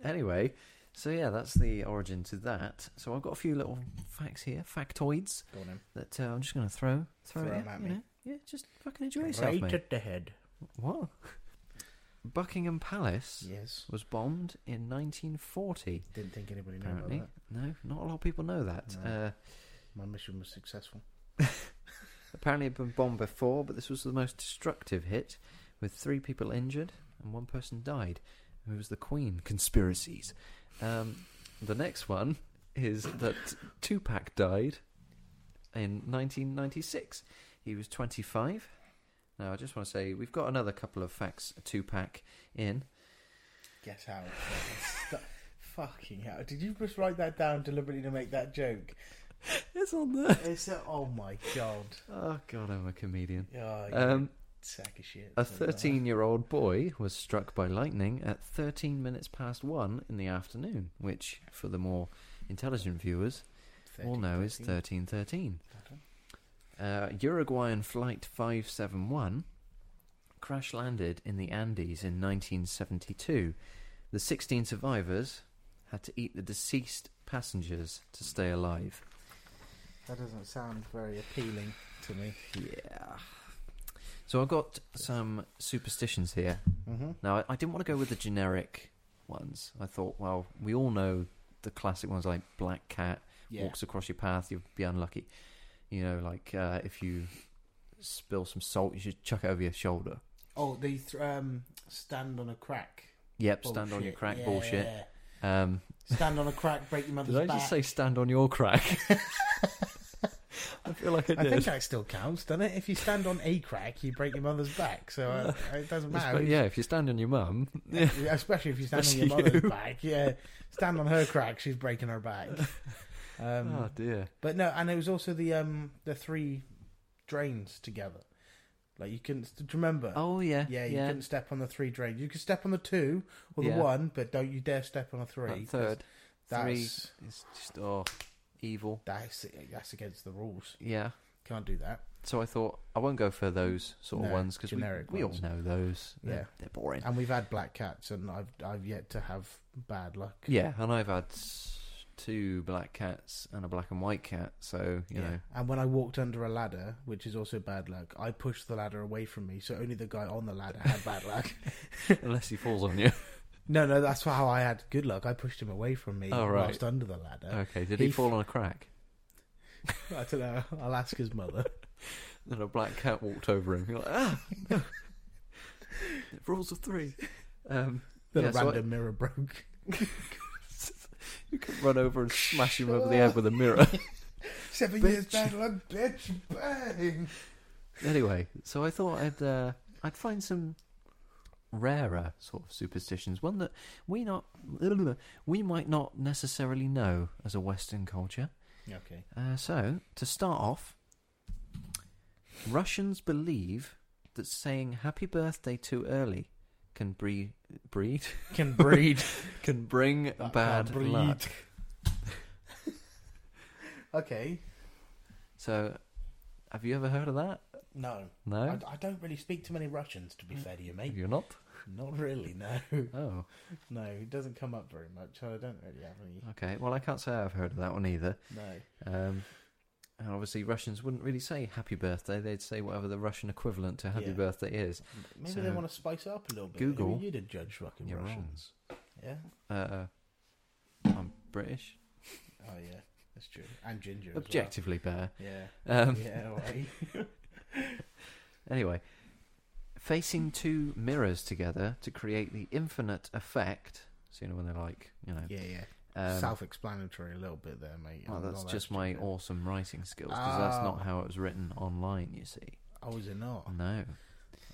Speaker 1: anyway, so yeah, that's the origin to that. So I've got a few little facts here, factoids
Speaker 2: Go on then.
Speaker 1: that uh, I'm just going to throw, throw,
Speaker 2: Throw
Speaker 1: at
Speaker 2: 'em
Speaker 1: you,
Speaker 2: at
Speaker 1: you
Speaker 2: me.
Speaker 1: know? Yeah, just fucking enjoy yourself,
Speaker 2: right
Speaker 1: mate.
Speaker 2: at the head.
Speaker 1: What? Buckingham Palace
Speaker 2: Yes.
Speaker 1: was bombed in 1940.
Speaker 2: Didn't think anybody knew about
Speaker 1: Apparently,
Speaker 2: that.
Speaker 1: no, not a lot of people know that.
Speaker 2: No.
Speaker 1: Uh,
Speaker 2: My mission was successful.
Speaker 1: apparently, it had been bombed before, but this was the most destructive hit, with three people injured and one person died. It was the Queen conspiracies. Um, the next one is that Tupac died in 1996. He was 25. Now, I just want to say we've got another couple of facts Tupac in.
Speaker 2: Guess how? Stu- Fucking hell! Did you just write that down deliberately to make that joke?
Speaker 1: It's on there.
Speaker 2: It's a, oh my god!
Speaker 1: Oh, God, I'm a comedian.
Speaker 2: Oh, you
Speaker 1: Um,
Speaker 2: sack of shit.
Speaker 1: A 13 year old boy was struck by lightning at 13 minutes past 1 in the afternoon, which, for the more intelligent viewers, all know is 1313. Uh, Uruguayan Flight 571 crash landed in the Andes in 1972. The 16 survivors had to eat the deceased passengers to stay alive.
Speaker 2: That doesn't sound very appealing to me.
Speaker 1: Yeah. So I've got some superstitions here.
Speaker 2: Mm-hmm.
Speaker 1: Now, I, I didn't want to go with the generic ones. I thought, well, we all know the classic ones like black cat
Speaker 2: Yeah.
Speaker 1: walks across your path, you'll be unlucky. You know, like uh, if you spill some salt, you should chuck it over your shoulder.
Speaker 2: Oh, they th- um, stand on a crack.
Speaker 1: Yep, stand on your
Speaker 2: Bullshit.
Speaker 1: crack,
Speaker 2: Yeah.
Speaker 1: bullshit. Um,
Speaker 2: Stand on a crack, break your mother's
Speaker 1: did I
Speaker 2: back.
Speaker 1: just say stand on your crack? I feel like I
Speaker 2: I
Speaker 1: did.
Speaker 2: think that still counts, doesn't it? If you stand on a crack, you break your mother's back, so uh, it doesn't matter.
Speaker 1: But yeah, if you stand on your mum, yeah.
Speaker 2: Yeah, Especially if you stand on your
Speaker 1: Especially
Speaker 2: mother's
Speaker 1: you.
Speaker 2: back. Yeah, stand on her crack, she's breaking her back. Um,
Speaker 1: oh dear.
Speaker 2: But no, and it was also the um the three drains together. Like you couldn't. Do you remember?
Speaker 1: Oh yeah,
Speaker 2: yeah, you
Speaker 1: yeah.
Speaker 2: couldn't step on the three drains. You could step on the two or the
Speaker 1: Yeah.
Speaker 2: one, but don't you dare step on a three.
Speaker 1: That third, three
Speaker 2: That's
Speaker 1: is just oh evil.
Speaker 2: that's that's against the rules.
Speaker 1: Yeah.
Speaker 2: Can't do that.
Speaker 1: So I thought I won't go for those sort of
Speaker 2: No,
Speaker 1: ones because we,
Speaker 2: generic
Speaker 1: we all
Speaker 2: ones.
Speaker 1: know those. They're-
Speaker 2: Yeah.
Speaker 1: they're boring.
Speaker 2: And we've had black cats, and I've I've yet to have bad luck.
Speaker 1: Yeah, and I've had s- two black cats and a black and white cat, so you know.
Speaker 2: And when I walked under a ladder, which is also bad luck, I pushed the ladder away from me, so only the guy on the ladder had bad luck.
Speaker 1: Unless he falls on you.
Speaker 2: No, no, that's how I had good luck. I pushed him away from me
Speaker 1: Oh, right.
Speaker 2: whilst under the ladder.
Speaker 1: Okay, did Uh, he,
Speaker 2: He
Speaker 1: fall on a crack? Oh.
Speaker 2: I don't know. I'll ask his mother.
Speaker 1: Then a black cat walked over him. You're like, ah, no. Rules of three. Um,
Speaker 2: Then
Speaker 1: Yeah,
Speaker 2: a
Speaker 1: so I-
Speaker 2: random mirror broke.
Speaker 1: you could run over and smash him over the head with a mirror.
Speaker 2: Seven
Speaker 1: Bitch.
Speaker 2: years bad luck, bitch. Bang.
Speaker 1: anyway, so I thought I'd uh, I'd find some rarer sort of superstitions, one that we not we might not necessarily know as a Western culture.
Speaker 2: Okay.
Speaker 1: Uh, so, to start off, Russians believe that saying happy birthday too early can breed, breed
Speaker 2: Can breed.
Speaker 1: can bring bad
Speaker 2: Can breed.
Speaker 1: luck.
Speaker 2: okay.
Speaker 1: So, have you ever heard of that?
Speaker 2: No,
Speaker 1: No, Mm.
Speaker 2: I, I don't really speak to many Russians. To be fair to you,
Speaker 1: Have
Speaker 2: mate,
Speaker 1: you not.
Speaker 2: not really. No,
Speaker 1: Oh,
Speaker 2: no, it doesn't come up very much. so I don't really have any.
Speaker 1: okay. Well, I can't say I've heard of that one either.
Speaker 2: No.
Speaker 1: Um, and obviously, Russians wouldn't really say happy birthday; they'd say whatever the Russian equivalent to happy
Speaker 2: Yeah.
Speaker 1: birthday is.
Speaker 2: Maybe
Speaker 1: So-
Speaker 2: they want to spice it up a little bit.
Speaker 1: Google.
Speaker 2: Who are you to judge fucking
Speaker 1: You're wrong.
Speaker 2: Russians? Yeah.
Speaker 1: Uh, I'm British,
Speaker 2: Oh yeah, that's true. And ginger. as well.
Speaker 1: objectively better.
Speaker 2: Yeah.
Speaker 1: Um,
Speaker 2: yeah. Right.
Speaker 1: Anyway, facing two mirrors together to create the infinite effect. So you know when they're like, you know,
Speaker 2: yeah. Yeah.
Speaker 1: um,
Speaker 2: Self-explanatory a little bit there, mate.
Speaker 1: well,
Speaker 2: I'm
Speaker 1: that's
Speaker 2: not that
Speaker 1: just my
Speaker 2: stupid.
Speaker 1: awesome writing skills because that's not
Speaker 2: Ah.
Speaker 1: how it was written online. You see,
Speaker 2: Oh, is it not?
Speaker 1: no,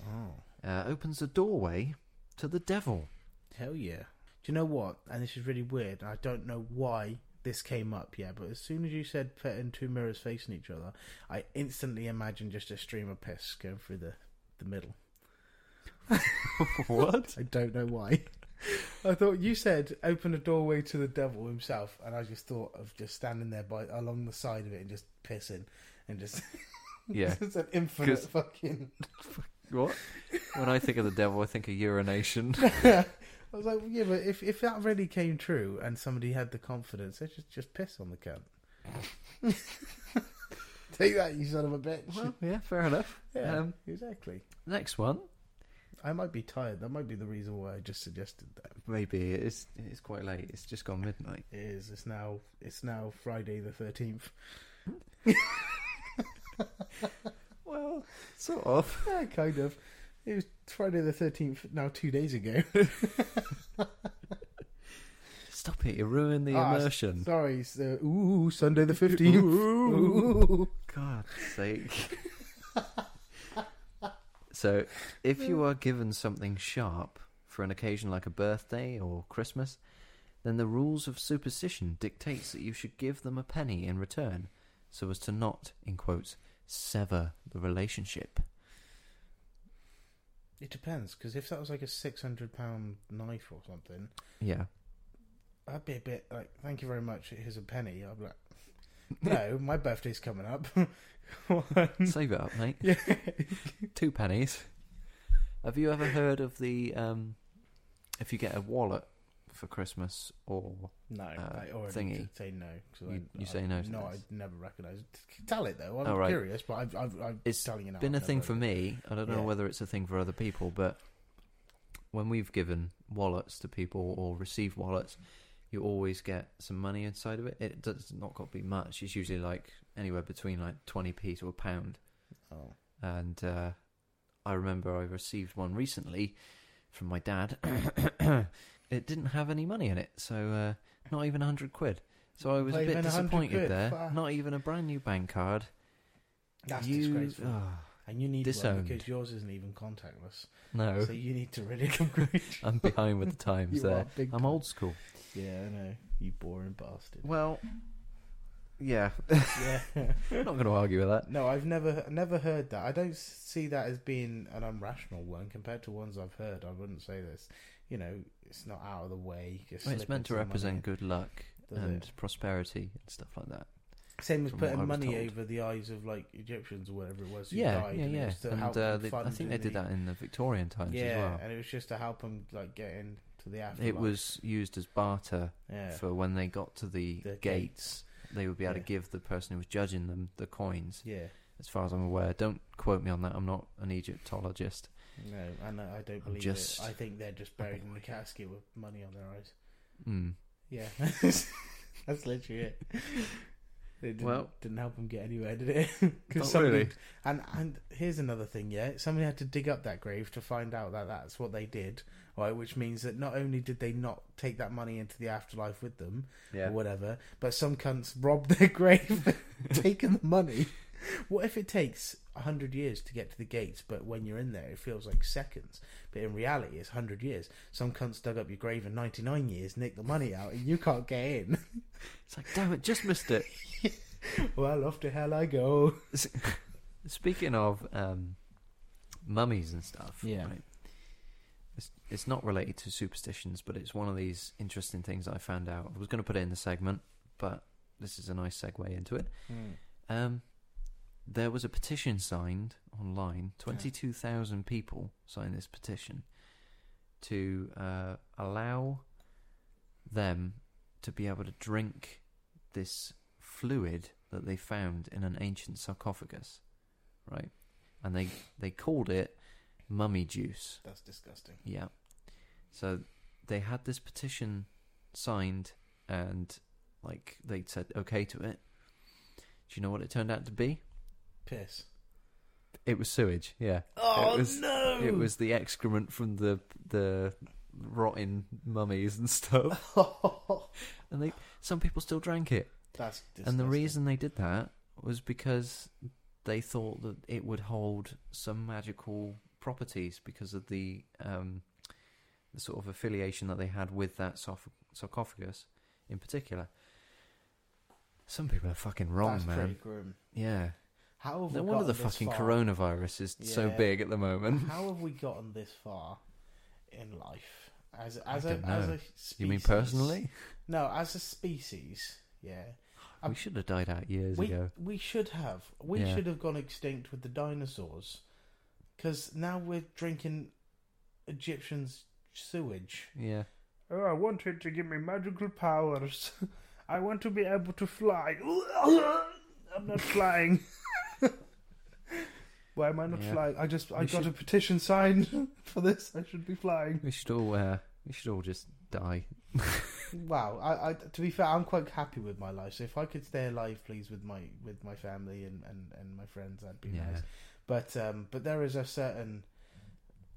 Speaker 2: Oh.
Speaker 1: uh, opens a doorway to the devil.
Speaker 2: Hell yeah. Do you know what? And this is really weird. and I don't know why this came up, yeah, but as soon as you said putting two mirrors facing each other, I instantly imagined just a stream of piss going through the, the middle.
Speaker 1: what?
Speaker 2: I don't know why. I thought you said open a doorway to the devil himself, and I just thought of just standing there by along the side of it and just pissing and just
Speaker 1: Yeah.
Speaker 2: it's an infinite
Speaker 1: 'Cause-
Speaker 2: fucking.
Speaker 1: What? When I think of the devil, I think of urination.
Speaker 2: I was like, yeah, but if if that really came true and somebody had the confidence, they just just piss on the cunt. Take that, you son of a bitch.
Speaker 1: well, yeah, fair enough.
Speaker 2: yeah,
Speaker 1: um,
Speaker 2: exactly.
Speaker 1: Next one,
Speaker 2: I might be tired. That might be the reason why I just suggested that.
Speaker 1: maybe it's it's quite late. It's just gone midnight.
Speaker 2: It is. It's now. It's now Friday the thirteenth.
Speaker 1: Well, sort of.
Speaker 2: Yeah, kind of. It was Friday the 13th, now two days ago.
Speaker 1: Stop it! You ruin the
Speaker 2: Ah, s-
Speaker 1: immersion.
Speaker 2: Sorry, so, ooh, Sunday the 15th.
Speaker 1: Ooh. God's sake. so, if you are given something sharp for an occasion like a birthday or Christmas, then the rules of superstition dictates that you should give them a penny in return, so as to not, in quotes, sever the relationship.
Speaker 2: It depends, because if that was like a £600 knife or something,
Speaker 1: Yeah.
Speaker 2: I'd be a bit like, thank you very much, here's a penny. I'd be like, no, my birthday's coming up.
Speaker 1: Save it up, mate.
Speaker 2: yeah.
Speaker 1: Two pennies. Have you ever heard of the um, if you get a wallet for Christmas or
Speaker 2: No,
Speaker 1: Uh,
Speaker 2: I already
Speaker 1: thingy.
Speaker 2: did say no. 'cause
Speaker 1: You-
Speaker 2: I,
Speaker 1: you
Speaker 2: I-
Speaker 1: say no to
Speaker 2: No,
Speaker 1: this.
Speaker 2: I never recognise it. Tell it though. I'm
Speaker 1: Oh, right.
Speaker 2: curious, but I've, I've, I'm
Speaker 1: It's
Speaker 2: telling you now.
Speaker 1: been a
Speaker 2: I've
Speaker 1: thing
Speaker 2: never-
Speaker 1: for me. I don't know
Speaker 2: Yeah.
Speaker 1: whether it's a thing for other people, but when we've given wallets to people or received wallets, you always get some money inside of it. It does it's not got to be much. It's usually like anywhere between like twenty p to a pound.
Speaker 2: Oh.
Speaker 1: And uh, I remember I received one recently from my dad. it didn't have any money in it, so uh, not even hundred quid. So I was
Speaker 2: Not
Speaker 1: a bit
Speaker 2: even 100
Speaker 1: disappointed
Speaker 2: quid,
Speaker 1: there.
Speaker 2: fuck.
Speaker 1: Not even a brand new bank card.
Speaker 2: That's
Speaker 1: You-
Speaker 2: disgraceful.
Speaker 1: ah,
Speaker 2: and you need
Speaker 1: disowned.
Speaker 2: one because yours isn't even contactless.
Speaker 1: no.
Speaker 2: So you need to really upgrade.
Speaker 1: I'm behind with the times
Speaker 2: you
Speaker 1: there.
Speaker 2: are big.
Speaker 1: I'm old school.
Speaker 2: Yeah, I know. You boring bastard.
Speaker 1: Well, yeah,
Speaker 2: yeah.
Speaker 1: I'm not going to argue with that.
Speaker 2: No, I've never never heard that. I don't see that as being an unrational one compared to ones I've heard. I wouldn't say this. You know, it's not out of the way. Just
Speaker 1: It's
Speaker 2: slip
Speaker 1: meant to
Speaker 2: some money in.
Speaker 1: represent good luck
Speaker 2: Does
Speaker 1: and
Speaker 2: it?
Speaker 1: prosperity and stuff like that.
Speaker 2: Same as
Speaker 1: from what I
Speaker 2: putting
Speaker 1: was
Speaker 2: money
Speaker 1: told.
Speaker 2: over the eyes of like Egyptians or whatever it was. Who
Speaker 1: Yeah,
Speaker 2: died,
Speaker 1: yeah,
Speaker 2: and it
Speaker 1: yeah.
Speaker 2: was to
Speaker 1: And
Speaker 2: help
Speaker 1: uh,
Speaker 2: them
Speaker 1: they, I
Speaker 2: fund
Speaker 1: think they
Speaker 2: in
Speaker 1: did
Speaker 2: the-
Speaker 1: that in the Victorian times
Speaker 2: Yeah,
Speaker 1: as well.
Speaker 2: and it was just to help them like get into the afterlife.
Speaker 1: It was used as barter
Speaker 2: yeah,
Speaker 1: for when they got to the,
Speaker 2: The
Speaker 1: gates. They would be able
Speaker 2: Yeah.
Speaker 1: to give the person who was judging them the coins.
Speaker 2: yeah.
Speaker 1: As far as I'm aware, don't quote me on that. I'm not an Egyptologist.
Speaker 2: No, and I I don't believe
Speaker 1: just-
Speaker 2: it. I think they're just buried in a casket with money on their eyes.
Speaker 1: Mm.
Speaker 2: Yeah, that's literally it. It didn't,
Speaker 1: Well-
Speaker 2: didn't help them get anywhere, did it? 'Cause
Speaker 1: Not
Speaker 2: somebody-
Speaker 1: really.
Speaker 2: And and here's another thing. Yeah, somebody had to dig up that grave to find out that that's what they did, right? Which means that not only did they not take that money into the afterlife with them, or whatever. But some cunts robbed their grave, taken the money. What if it takes hundred years to get to the gates, but when you're in there, it feels like seconds. But in reality, it's hundred years. Some cunts dug up your grave in ninety nine years, nicked the money out, and you can't get in.
Speaker 1: It's like, damn it, just missed it.
Speaker 2: well, off to hell I go.
Speaker 1: Speaking of um, mummies and stuff,
Speaker 2: Yeah.
Speaker 1: right, it's, it's not related to superstitions, but it's one of these interesting things I found out. I was going to put it in the segment, but this is a nice segue into it. Um, there was a petition signed online. Twenty-two thousand people signed this petition to uh, allow them to be able to drink this fluid that they found in an ancient sarcophagus, right? And they they called it mummy juice.
Speaker 2: That's disgusting.
Speaker 1: Yeah. So they had this petition signed and like they said okay to it. Do you know what it turned out to be?
Speaker 2: Piss.
Speaker 1: It was sewage, yeah.
Speaker 2: Oh
Speaker 1: was-
Speaker 2: no!
Speaker 1: It was the excrement from the the rotting mummies and stuff. And they some people still drank it.
Speaker 2: That's disgusting.
Speaker 1: And the reason they did that was because they thought that it would hold some magical properties because of the um, the sort of affiliation that they had with that sarf- sarcophagus in particular. Some people are fucking wrong,
Speaker 2: That's
Speaker 1: man.
Speaker 2: pretty grim.
Speaker 1: Yeah.
Speaker 2: How have
Speaker 1: No
Speaker 2: we
Speaker 1: wonder the
Speaker 2: gotten this
Speaker 1: fucking
Speaker 2: far?
Speaker 1: coronavirus is so
Speaker 2: Yeah.
Speaker 1: big at the moment.
Speaker 2: How have we gotten this far in life? As as
Speaker 1: don't
Speaker 2: a as
Speaker 1: know.
Speaker 2: a species.
Speaker 1: You mean personally?
Speaker 2: No, as a species. Yeah, Um,
Speaker 1: we should have died out years
Speaker 2: we
Speaker 1: ago.
Speaker 2: we should have we
Speaker 1: Yeah.
Speaker 2: should have gone extinct with the dinosaurs, because now we're drinking Egyptians sewage.
Speaker 1: Yeah.
Speaker 2: Oh, I want it to give me magical powers. I want to be able to fly. I'm not flying. Why am I
Speaker 1: not Yeah.
Speaker 2: flying? I just
Speaker 1: I We got should-
Speaker 2: a petition signed for this. I should be flying.
Speaker 1: We should all uh, we should all just die.
Speaker 2: Wow, I, I to be fair, I'm quite happy with my life. So if I could stay alive, please, with my with my family and and, and my friends, that'd be
Speaker 1: yeah.
Speaker 2: nice. But um, but there is a certain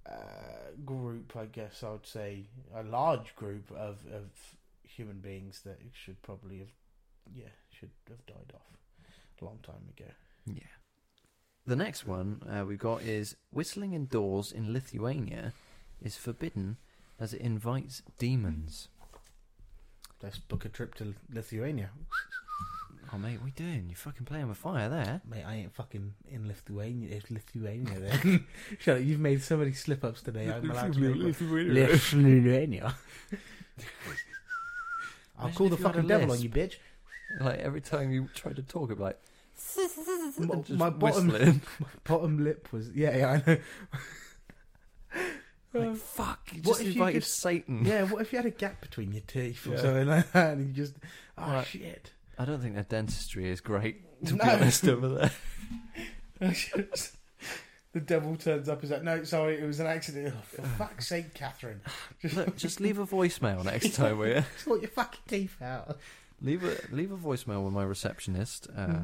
Speaker 2: uh, group, I guess I would say, a large group of, of human beings that should probably have, yeah, should have died off a long time ago.
Speaker 1: Yeah. The next one uh, we've got is whistling indoors in Lithuania is forbidden as it invites demons.
Speaker 2: Let's book a trip to Lithuania.
Speaker 1: Oh mate, what are you doing? You're fucking playing with fire there.
Speaker 2: Mate, I ain't fucking in Lithuania. It's Lithuania then. Shut up, you've made so many slip ups today. I'm allowed to make one. Lithuania. I'll
Speaker 1: Imagine
Speaker 2: call
Speaker 1: if you
Speaker 2: the
Speaker 1: had a
Speaker 2: fucking devil on
Speaker 1: lisp.
Speaker 2: you, bitch.
Speaker 1: Like every time you try to talk, I'm like
Speaker 2: My-
Speaker 1: just
Speaker 2: my bottom-
Speaker 1: whistling.
Speaker 2: Bottom lip was. Yeah, yeah, I know.
Speaker 1: Like, fuck, Uh, you
Speaker 2: What
Speaker 1: just
Speaker 2: if you
Speaker 1: invited
Speaker 2: just-
Speaker 1: Satan.
Speaker 2: yeah, what if you had a gap between your teeth or
Speaker 1: Yeah.
Speaker 2: something like that and you just. Oh,
Speaker 1: Right.
Speaker 2: shit.
Speaker 1: I don't think their dentistry is great. To
Speaker 2: No.
Speaker 1: be honest, over there.
Speaker 2: the devil turns up. Is like, no, sorry, it was an accident. Oh, for fuck's sake, Catherine!
Speaker 1: Look, just leave a voicemail next time, will you?
Speaker 2: Sort your fucking teeth out.
Speaker 1: Leave a leave a voicemail with my receptionist. Uh,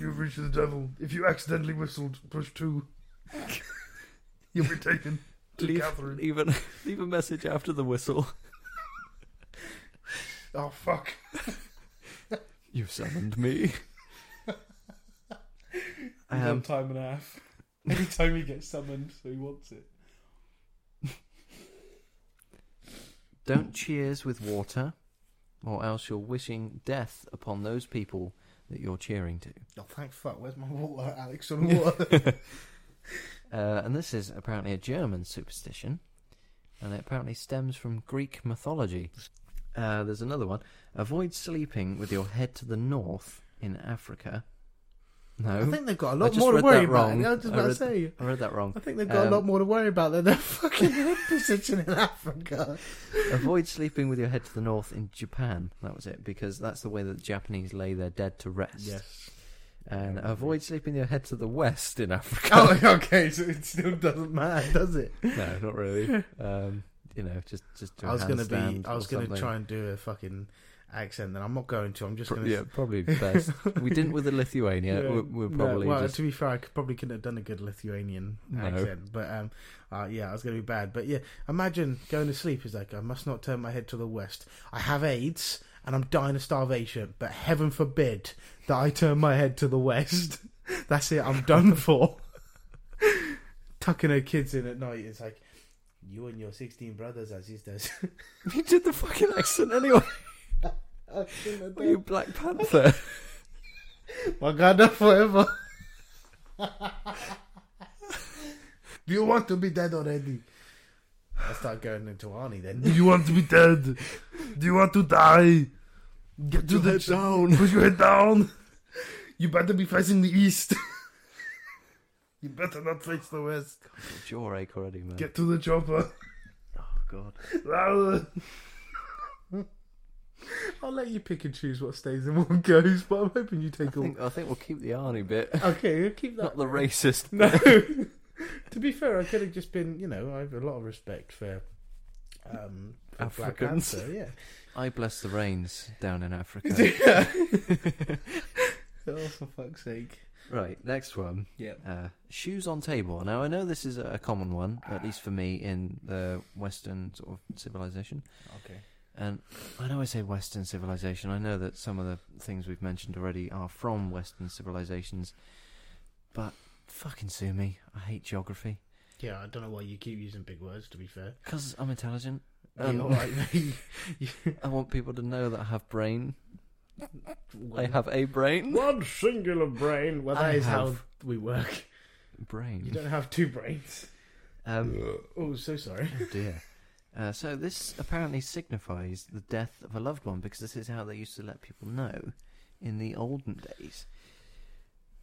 Speaker 3: You've reached the devil. If you accidentally whistled, push two. You'll be taken to
Speaker 1: leave
Speaker 3: Catherine.
Speaker 1: leave a leave a message after the whistle.
Speaker 3: Oh fuck!
Speaker 1: You summoned me. um,
Speaker 2: time and a half. Every time he gets summoned, so he wants it.
Speaker 1: don't cheers with water, or else you're wishing death upon those people that you're cheering to.
Speaker 2: Oh, thank fuck! Where's my water, Alex? On water.
Speaker 1: Uh, and this is apparently a German superstition, and it apparently stems from Greek mythology. Uh, there's another one. Avoid sleeping with your head to the north in Africa. No,
Speaker 2: I
Speaker 1: I,
Speaker 2: think they've got a lot
Speaker 1: just
Speaker 2: more to
Speaker 1: read
Speaker 2: worry
Speaker 1: that
Speaker 2: about.
Speaker 1: wrong.
Speaker 2: I was just
Speaker 1: I
Speaker 2: about to
Speaker 1: read-
Speaker 2: say.
Speaker 1: read that wrong.
Speaker 2: I think they've got
Speaker 1: Um,
Speaker 2: a lot more to worry about than their fucking head position in Africa.
Speaker 1: Avoid sleeping with your head to the north in Japan. That was it, because that's the way that the Japanese lay their dead to rest. And avoid sleeping with your head to the west in Africa.
Speaker 2: Oh, okay. So it still doesn't matter, does it?
Speaker 1: no, not really. Um, you know, just just. Do a
Speaker 2: I was gonna be.
Speaker 1: handstand
Speaker 2: I was
Speaker 1: or
Speaker 2: gonna
Speaker 1: something.
Speaker 2: try and do a fucking accent. Then I'm not going to. I'm just
Speaker 1: Pro-
Speaker 2: gonna.
Speaker 1: yeah, probably best. we didn't with the Lithuania.
Speaker 2: Yeah.
Speaker 1: We're, we're
Speaker 2: No,
Speaker 1: probably
Speaker 2: well,
Speaker 1: just
Speaker 2: to be fair, I could, probably couldn't have done a good Lithuanian
Speaker 1: No.
Speaker 2: accent. But um, uh, yeah, I was going to be bad. But yeah, imagine going to sleep is like I must not turn my head to the west. I have AIDS and I'm dying of starvation. But heaven forbid that I turn my head to the west. That's it. I'm done for. Tucking her kids in at night is like you and your sixteen brothers and sisters.
Speaker 1: You did the fucking accent anyway. Were you Black Panther?
Speaker 2: Wakanda forever.
Speaker 3: Do you want to be dead already?
Speaker 2: I start going into Arnie
Speaker 3: Do
Speaker 2: then.
Speaker 3: you want to be dead? Do you want to die? Get your head down. Put your head down. You better be facing the east. you better not face the west.
Speaker 1: Jawache already, man.
Speaker 3: Get to the chopper.
Speaker 1: Oh god.
Speaker 3: Louder.
Speaker 2: I'll let you pick and choose what stays and what goes, but I'm hoping you
Speaker 1: I
Speaker 2: take all.
Speaker 1: think, I think we'll keep the Arnie bit,
Speaker 2: Okay, we'll keep that.
Speaker 1: not the racist.
Speaker 2: No. to be fair, I could have just been, you know, I have a lot of respect for. Um, for Black
Speaker 1: Africans.
Speaker 2: Panther, yeah.
Speaker 1: I bless the rains down in Africa.
Speaker 2: yeah. oh, for fuck's sake.
Speaker 1: right, next one.
Speaker 2: Yeah.
Speaker 1: Uh, shoes on table. Now I know this is a a common one, at least for me in the Western sort of civilization.
Speaker 2: Okay.
Speaker 1: And I know I say Western civilization. I know that some of the things we've mentioned already are from Western civilizations, but fucking sue me. I hate geography
Speaker 2: Yeah, I don't know why you keep using big words, to be fair.
Speaker 1: because I'm intelligent.
Speaker 2: Yeah,
Speaker 1: Um,
Speaker 2: alright, mate.
Speaker 1: I want people to know that I have brain. I
Speaker 2: One-
Speaker 1: have a brain.
Speaker 2: One singular brain. Well, that
Speaker 1: I
Speaker 2: is how
Speaker 1: have-
Speaker 2: we work. You
Speaker 1: Brain.
Speaker 2: don't have two brains.
Speaker 1: Um,
Speaker 2: Oh, so sorry.
Speaker 1: oh dear. Uh, so this apparently signifies the death of a loved one because this is how they used to let people know in the olden days.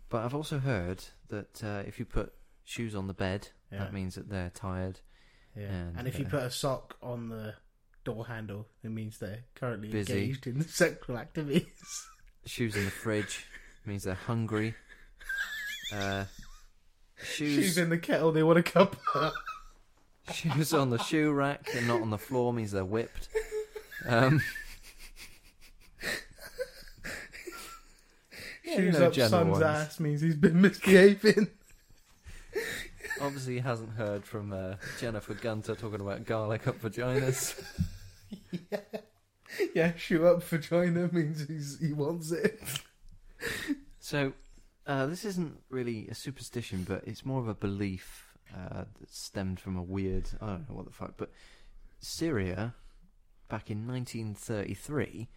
Speaker 1: But I've also heard that uh, if you put shoes on the bed,
Speaker 2: Yeah.
Speaker 1: that means that they're tired.
Speaker 2: yeah.
Speaker 1: and,
Speaker 2: And, if you
Speaker 1: uh,
Speaker 2: put a sock on the door handle, it means they're currently
Speaker 1: Busy.
Speaker 2: engaged in sexual activities.
Speaker 1: Shoes in the fridge means they're hungry. Uh, shoes
Speaker 2: Shoes in the kettle, they want a cup.
Speaker 1: shoes on the shoe rack and not on the floor means they're whipped. Um, you
Speaker 2: Shoes
Speaker 1: know
Speaker 2: up
Speaker 1: general
Speaker 2: son's
Speaker 1: ones.
Speaker 2: ass means he's been misbehaving.
Speaker 1: obviously hasn't heard from uh, Jennifer Gunter talking about garlic up vaginas.
Speaker 2: yeah.
Speaker 3: Yeah, shoe up vagina means he's, he wants it.
Speaker 1: So, uh, this isn't really a superstition, but it's more of a belief uh, that stemmed from a weird, I don't know what the fuck, but Syria, back in 1933,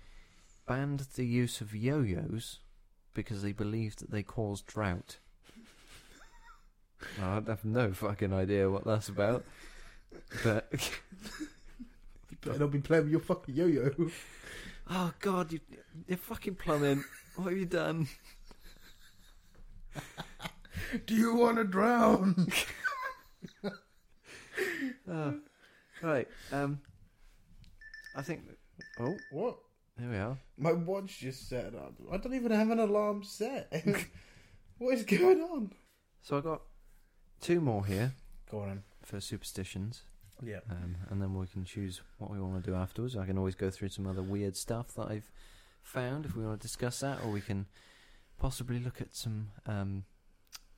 Speaker 1: banned the use of yo yo's because they believed that they caused drought. Now, I have no fucking idea what that's about, but
Speaker 3: And I'll be playing with your fucking yo-yo.
Speaker 1: Oh God, you, you're fucking plumbing. What have you done?
Speaker 3: Do you want to drown?
Speaker 1: Oh. Right. Um. I think. Oh,
Speaker 2: What?
Speaker 1: there we are.
Speaker 2: My watch just set up. I don't even have an alarm set. what is going on?
Speaker 1: So I got two more here
Speaker 2: Go on.
Speaker 1: for superstitions,
Speaker 2: Yeah.
Speaker 1: um, and then we can choose what we want to do afterwards. I can always go through some other weird stuff that I've found if we want to discuss that, or we can possibly look at some um,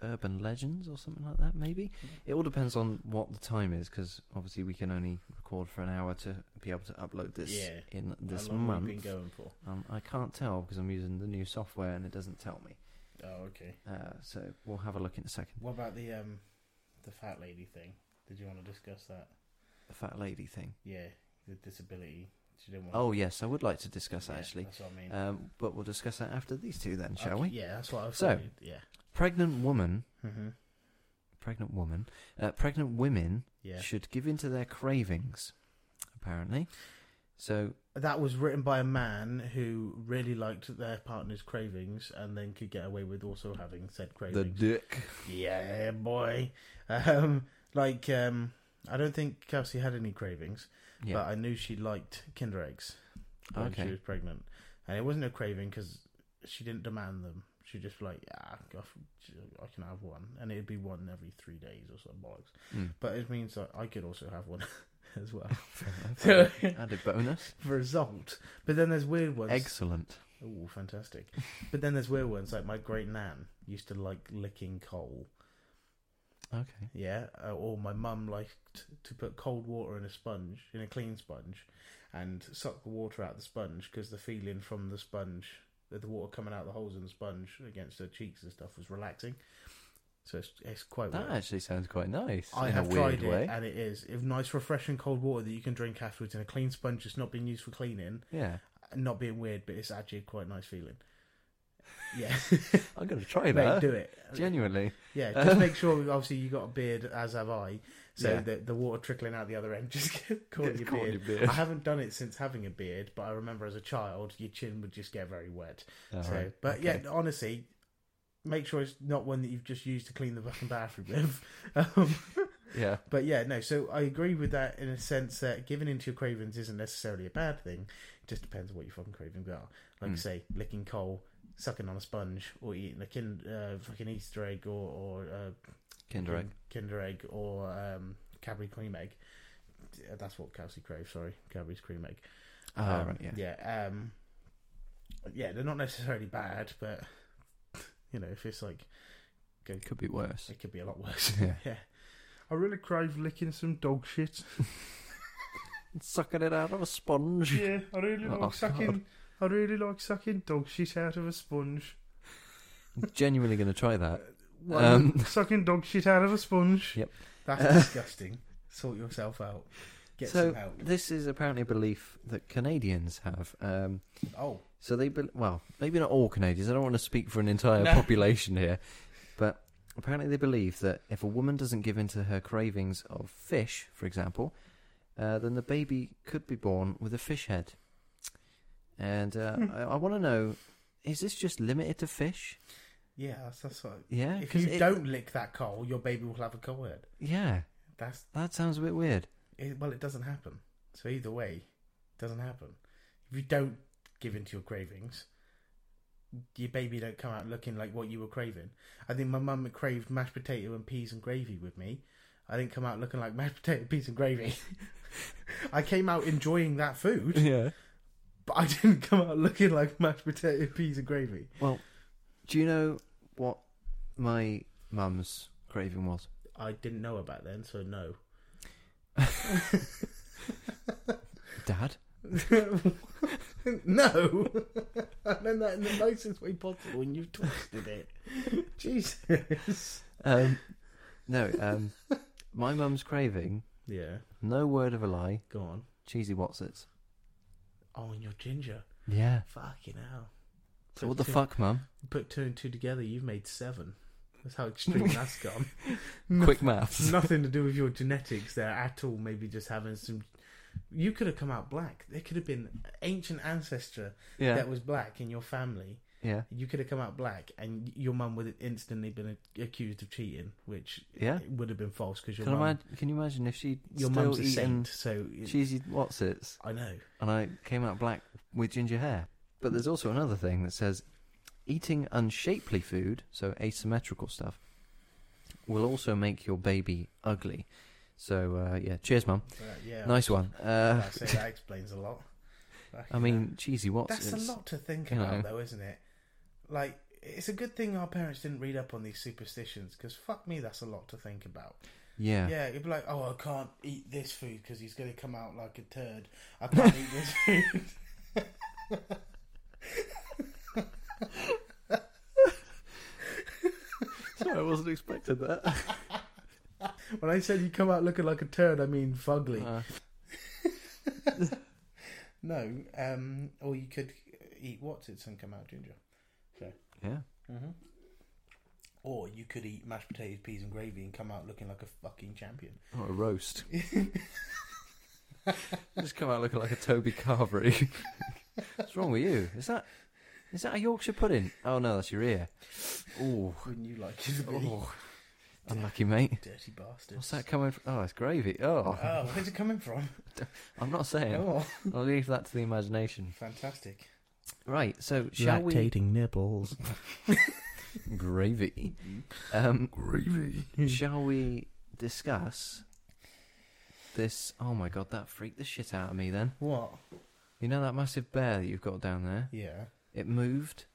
Speaker 1: urban legends or something like that. Maybe.
Speaker 2: Mm-hmm.
Speaker 1: It all depends on what the time is, because obviously we can only record for an hour to be able to upload this
Speaker 2: Yeah.
Speaker 1: in this
Speaker 2: How long have you
Speaker 1: month.
Speaker 2: been going for?
Speaker 1: Um, I can't tell because I'm using the new software and it doesn't tell me.
Speaker 2: Oh, okay.
Speaker 1: Uh, so we'll have a look in a second.
Speaker 2: What about the um, the fat lady thing? Did you want to discuss that?
Speaker 1: The fat lady thing.
Speaker 2: Yeah, the disability. She didn't want.
Speaker 1: Oh yes, I would like to discuss that
Speaker 2: Yeah,
Speaker 1: actually,
Speaker 2: That's what I mean.
Speaker 1: um, but we'll discuss that after these two then, shall
Speaker 2: Okay,
Speaker 1: we?
Speaker 2: Yeah, that's what I was.
Speaker 1: So-
Speaker 2: thinking, yeah.
Speaker 1: Pregnant woman,
Speaker 2: Mm-hmm.
Speaker 1: pregnant woman, uh, pregnant women
Speaker 2: Yeah.
Speaker 1: should give in to their cravings, apparently. So
Speaker 2: That was written by a man who really liked their partner's cravings and then could get away with also having said
Speaker 1: the
Speaker 2: cravings.
Speaker 1: dick.
Speaker 2: yeah, boy. Um, like, um, I don't think Kelsey had any cravings, but
Speaker 1: Yeah.
Speaker 2: I knew she liked Kinder eggs when
Speaker 1: Okay.
Speaker 2: she was pregnant, and it wasn't a craving because she didn't demand them. She just like, ah, I can have one, and it'd be one every three days or something bollocks.
Speaker 1: Mm.
Speaker 2: But it means that I could also have one as well.
Speaker 1: Fair
Speaker 2: So,
Speaker 1: enough. Hmm. Added bonus.
Speaker 2: result. But then there's weird ones.
Speaker 1: Excellent.
Speaker 2: Oh, fantastic. but then there's weird ones. Like my great nan used to like licking coal.
Speaker 1: Okay.
Speaker 2: Yeah. Uh, or my mum liked to put cold water in a sponge, in a clean sponge, and suck the water out of the sponge because the feeling from the sponge, the water coming out the holes in the sponge against her cheeks and stuff was relaxing. So it's, it's quite
Speaker 1: That
Speaker 2: weird.
Speaker 1: actually sounds quite nice.
Speaker 2: I
Speaker 1: in
Speaker 2: have
Speaker 1: a weird
Speaker 2: tried
Speaker 1: way.
Speaker 2: it and it is. If nice, refreshing cold water that you can drink afterwards in a clean sponge that's not been used for cleaning,
Speaker 1: Yeah.
Speaker 2: not being weird, but it's actually quite a nice feeling. Yeah,
Speaker 1: I'm gonna try
Speaker 2: mate,
Speaker 1: that.
Speaker 2: do it.
Speaker 1: Genuinely.
Speaker 2: Yeah, just make sure. Obviously, you got a beard, as have I. So
Speaker 1: Yeah.
Speaker 2: the the water trickling out the other end just caught your
Speaker 1: It's
Speaker 2: beard.
Speaker 1: caught your beard.
Speaker 2: I haven't done it since having a beard, but I remember as a child, your chin would just get very wet.
Speaker 1: All
Speaker 2: so,
Speaker 1: right,
Speaker 2: but
Speaker 1: okay.
Speaker 2: yeah, honestly, make sure it's not one that you've just used to clean the fucking bathroom with. um,
Speaker 1: yeah.
Speaker 2: but yeah, no. So I agree with that in a sense that giving into your cravings isn't necessarily a bad thing. It just depends on what your fucking cravings are. Like
Speaker 1: Mm.
Speaker 2: say, licking coal, sucking on a sponge, or eating a kin- uh, fucking Easter egg, or or uh,
Speaker 1: Kinder egg.
Speaker 2: Kinder egg, or um, Cadbury cream egg. Uh, That's what Kelsey craves. Sorry, Cadbury's cream egg.
Speaker 1: Oh,
Speaker 2: Um,
Speaker 1: right, yeah.
Speaker 2: Yeah. Um, yeah, they're not necessarily bad, but you know, if it's like
Speaker 1: It could be worse.
Speaker 2: it could be a lot worse.
Speaker 1: Yeah.
Speaker 2: yeah.
Speaker 3: I really crave licking some dog shit.
Speaker 1: Sucking it out of a sponge.
Speaker 3: Yeah, I really
Speaker 1: Oh,
Speaker 3: like
Speaker 1: God.
Speaker 3: sucking. I really like sucking dog shit out of a sponge.
Speaker 1: I'm genuinely gonna try that.
Speaker 3: Well,
Speaker 1: Um.
Speaker 3: sucking dog shit out of a sponge.
Speaker 2: That's disgusting. Sort yourself out. Get
Speaker 1: so
Speaker 2: some help.
Speaker 1: this is apparently a belief that Canadians have. Um,
Speaker 2: Oh,
Speaker 1: so they, be- well, maybe not all Canadians. I don't want to speak for an entire
Speaker 2: No.
Speaker 1: population here, but apparently they believe that if a woman doesn't give in to her cravings of fish, for example, uh, then the baby could be born with a fish head. And uh, I, I want to know: is this just limited to fish?
Speaker 2: yeah, that's, that's right.
Speaker 1: Yeah,
Speaker 2: If
Speaker 1: 'cause
Speaker 2: you
Speaker 1: it-
Speaker 2: don't lick that coal, your baby will have a coal head.
Speaker 1: yeah,
Speaker 2: That's
Speaker 1: that sounds a bit weird.
Speaker 2: it, well, it doesn't happen. So either way, it doesn't happen. If you don't give in to your cravings, your baby don't come out looking like what you were craving. I think my mum craved mashed potato and peas and gravy with me. I didn't come out looking like mashed potato, peas and gravy. I came out enjoying that food,
Speaker 1: Yeah.
Speaker 2: but I didn't come out looking like mashed potato, peas and gravy.
Speaker 1: Well, do you know what my mum's craving was?
Speaker 4: I didn't know about then, so no.
Speaker 1: Dad?
Speaker 4: no, I meant that in the nicest way possible, and you've twisted it. Jesus.
Speaker 1: Um, no, um, my mum's craving,
Speaker 4: Yeah,
Speaker 1: no word of a lie,
Speaker 4: go on.
Speaker 1: cheesy Watsits.
Speaker 4: Oh, and your ginger.
Speaker 1: Yeah.
Speaker 4: Fucking hell.
Speaker 1: So what the
Speaker 4: two-
Speaker 1: fuck, mum?
Speaker 4: Put two and two together, you've made seven. That's how extreme that's gone.
Speaker 1: Quick maths.
Speaker 4: Nothing to do with your genetics there at all. Maybe just having some. You could have come out black. There could have been ancient ancestor
Speaker 1: Yeah.
Speaker 4: that was black in your family.
Speaker 1: Yeah.
Speaker 4: You could have come out black, and your mum would have instantly been a- accused of cheating, which
Speaker 1: Yeah.
Speaker 4: it would have been false because your
Speaker 1: Can,
Speaker 4: mum,
Speaker 1: imag- can you imagine if she
Speaker 4: your
Speaker 1: still
Speaker 4: mum's a
Speaker 1: eating
Speaker 4: saint. So
Speaker 1: cheesy Watsits
Speaker 4: I know.
Speaker 1: and I came out black with ginger hair? But there's also another thing that says eating unshapely food, so asymmetrical stuff, will also make your baby ugly. So uh, yeah, cheers, mum.
Speaker 4: But, yeah,
Speaker 1: Nice one. Uh,
Speaker 4: I'd say that explains a lot.
Speaker 1: I mean, cheesy
Speaker 4: That's
Speaker 1: Watsits.
Speaker 4: a lot to think
Speaker 1: you
Speaker 4: about,
Speaker 1: know.
Speaker 4: though, isn't it? Like, it's a good thing our parents didn't read up on these superstitions because fuck me, that's a lot to think about.
Speaker 1: Yeah.
Speaker 4: Yeah, you'd be like, oh, I can't eat this food because he's going to come out like a turd. I can't eat this food.
Speaker 1: Sorry, I wasn't expecting that.
Speaker 4: When I said you come out looking like a turd, I mean fugly.
Speaker 1: Uh,
Speaker 4: no, um, or you could eat what's it and come out ginger.
Speaker 1: yeah.
Speaker 4: Mm-hmm. Or you could eat mashed potatoes, peas, and gravy and come out looking like a fucking champion.
Speaker 1: Or a roast. Just come out looking like a Toby Carvery. What's wrong with you? Is that is that a Yorkshire pudding? Oh no, that's your ear. Ooh.
Speaker 4: Wouldn't you like it to be?
Speaker 1: Ooh. Unlucky mate.
Speaker 4: Dirty bastards.
Speaker 1: What's that coming from? Oh, it's gravy. Oh,
Speaker 4: Oh, where's it coming from?
Speaker 1: I'm not saying.
Speaker 4: Oh,
Speaker 1: I'll leave that to the imagination.
Speaker 4: fantastic.
Speaker 1: Right, so shall we?
Speaker 4: nipples.
Speaker 1: Gravy.
Speaker 4: Mm-hmm.
Speaker 1: Um,
Speaker 3: Gravy.
Speaker 1: Shall we discuss this? Oh my god, that freaked the shit out of me then.
Speaker 4: What?
Speaker 1: You know that massive bear that you've got down there?
Speaker 4: Yeah.
Speaker 1: It moved.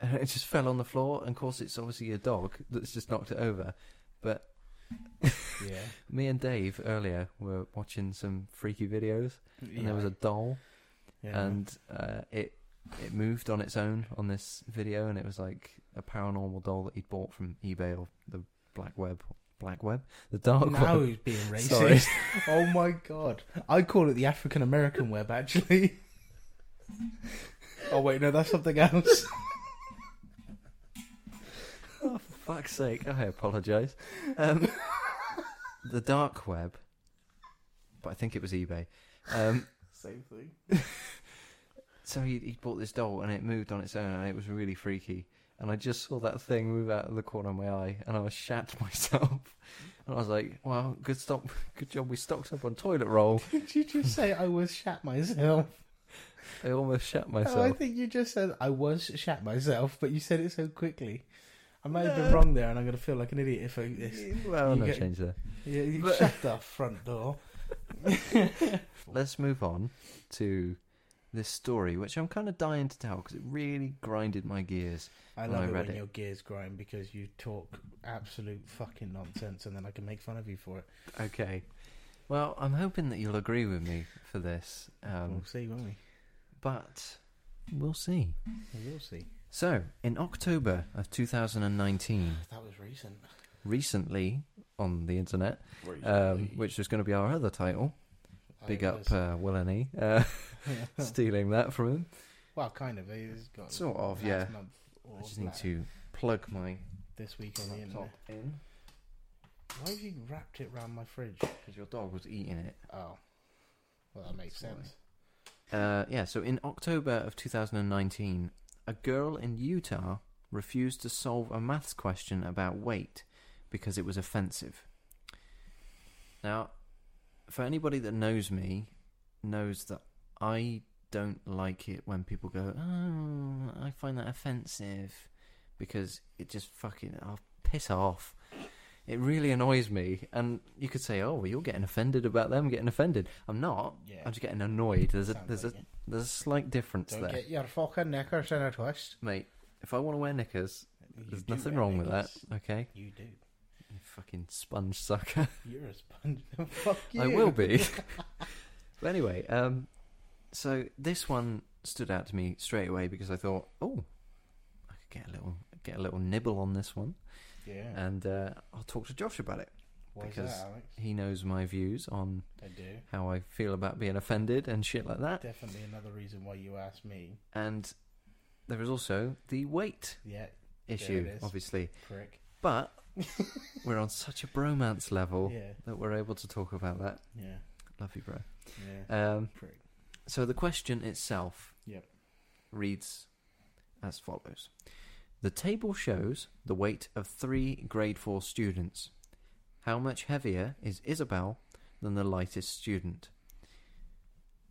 Speaker 1: And it just fell on the floor. And of course, it's obviously a dog that's just knocked it over. But
Speaker 4: Yeah.
Speaker 1: me and Dave earlier were watching some freaky videos, and there was a doll,
Speaker 4: Yeah.
Speaker 1: and uh, it it moved on its own on this video, and it was like a paranormal doll that he'd bought from eBay or the black web, black web, the dark
Speaker 4: now
Speaker 1: web.
Speaker 4: he's being
Speaker 1: Sorry.
Speaker 4: racist. oh my god. I call it the African American web, actually. oh, wait, no, that's something else.
Speaker 1: Oh, for fuck's sake, I apologise. Um, the dark web, but I think it was eBay. Um,
Speaker 4: Same thing.
Speaker 1: so he, he bought this doll and it moved on its own and it was really freaky. And I just saw that thing move out of the corner of my eye and I was shat myself. And I was like, wow, good stop, good job we stocked up on toilet roll.
Speaker 4: Did you just say I was shat myself?
Speaker 1: I almost shat
Speaker 4: Oh, I
Speaker 1: myself.
Speaker 4: think you just said I was shat myself, but you said it so quickly. I might have
Speaker 1: No.
Speaker 4: been wrong there, and I'm going to feel like an idiot if Oh, I this.
Speaker 1: well,
Speaker 4: you
Speaker 1: no
Speaker 4: get-
Speaker 1: change there.
Speaker 4: Yeah, you
Speaker 1: But-
Speaker 4: shut the front door.
Speaker 1: Let's move on to this story, which I'm kind of dying to tell because it really grinded my gears.
Speaker 4: I
Speaker 1: when
Speaker 4: love
Speaker 1: I
Speaker 4: it
Speaker 1: read
Speaker 4: when
Speaker 1: it.
Speaker 4: your gears grind because you talk absolute fucking nonsense, and then I can make fun of you for it.
Speaker 1: Okay. Well, I'm hoping that you'll agree with me for this, um,
Speaker 4: we'll see, won't we?
Speaker 1: but we'll see.
Speaker 4: We will see.
Speaker 1: So, in October of 2019,
Speaker 4: That was recent.
Speaker 1: recently on the internet, um, which is going to be our other title, big up uh, Will and E, uh, stealing that from him.
Speaker 4: well, kind of. He's got
Speaker 1: Sort of,
Speaker 4: last
Speaker 1: yeah.
Speaker 4: month or
Speaker 1: I just need
Speaker 4: la-
Speaker 1: to plug my
Speaker 4: this week on the
Speaker 1: laptop
Speaker 4: internet.
Speaker 1: in
Speaker 4: Why have you wrapped it round my fridge?
Speaker 1: because your dog was eating it.
Speaker 4: Oh, well, that makes
Speaker 1: Sorry.
Speaker 4: sense.
Speaker 1: Uh, yeah, so in October of 2019, a girl in Utah refused to solve a maths question about weight because it was offensive. Now, for anybody that knows me, knows that I don't like it when people go, "Oh, I find that offensive," because it just fucking I'll piss off. It really annoys me, and you could say, "Oh, well, you're getting offended about them getting offended." I'm not.
Speaker 4: Yeah.
Speaker 1: I'm just getting annoyed. There's a
Speaker 4: Sounds
Speaker 1: there's a
Speaker 4: like it.
Speaker 1: there's a slight difference
Speaker 4: Don't
Speaker 1: there,
Speaker 4: get your fucking knickers in a twist.
Speaker 1: mate. If I want to wear knickers,
Speaker 4: You
Speaker 1: there's
Speaker 4: do
Speaker 1: nothing
Speaker 4: wear
Speaker 1: wrong with that.
Speaker 4: knickers.
Speaker 1: Okay,
Speaker 4: You do.
Speaker 1: fucking sponge sucker.
Speaker 2: You're a sponge. Fuck you.
Speaker 1: I will be. but anyway, um, so this one stood out to me straight away because I thought, oh, I could get a little get a little nibble on this one,
Speaker 2: Yeah.
Speaker 1: and uh, I'll talk to Josh about it.
Speaker 2: Why is
Speaker 1: because-
Speaker 2: that, Alex?
Speaker 1: He knows my views on
Speaker 2: I do.
Speaker 1: how I feel about being offended and shit like that.
Speaker 2: Definitely another reason why you asked me.
Speaker 1: And there is also the weight
Speaker 2: Yeah,
Speaker 1: issue,
Speaker 2: it is.
Speaker 1: obviously.
Speaker 2: prick.
Speaker 1: But we're on such a bromance level
Speaker 2: Yeah.
Speaker 1: that we're able to talk about that.
Speaker 2: Yeah.
Speaker 1: Love you, bro.
Speaker 2: Yeah.
Speaker 1: Um,
Speaker 2: prick.
Speaker 1: So the question itself
Speaker 2: Yep.
Speaker 1: reads as follows. The table shows the weight of three grade four students. How much heavier is Isabel than the lightest student?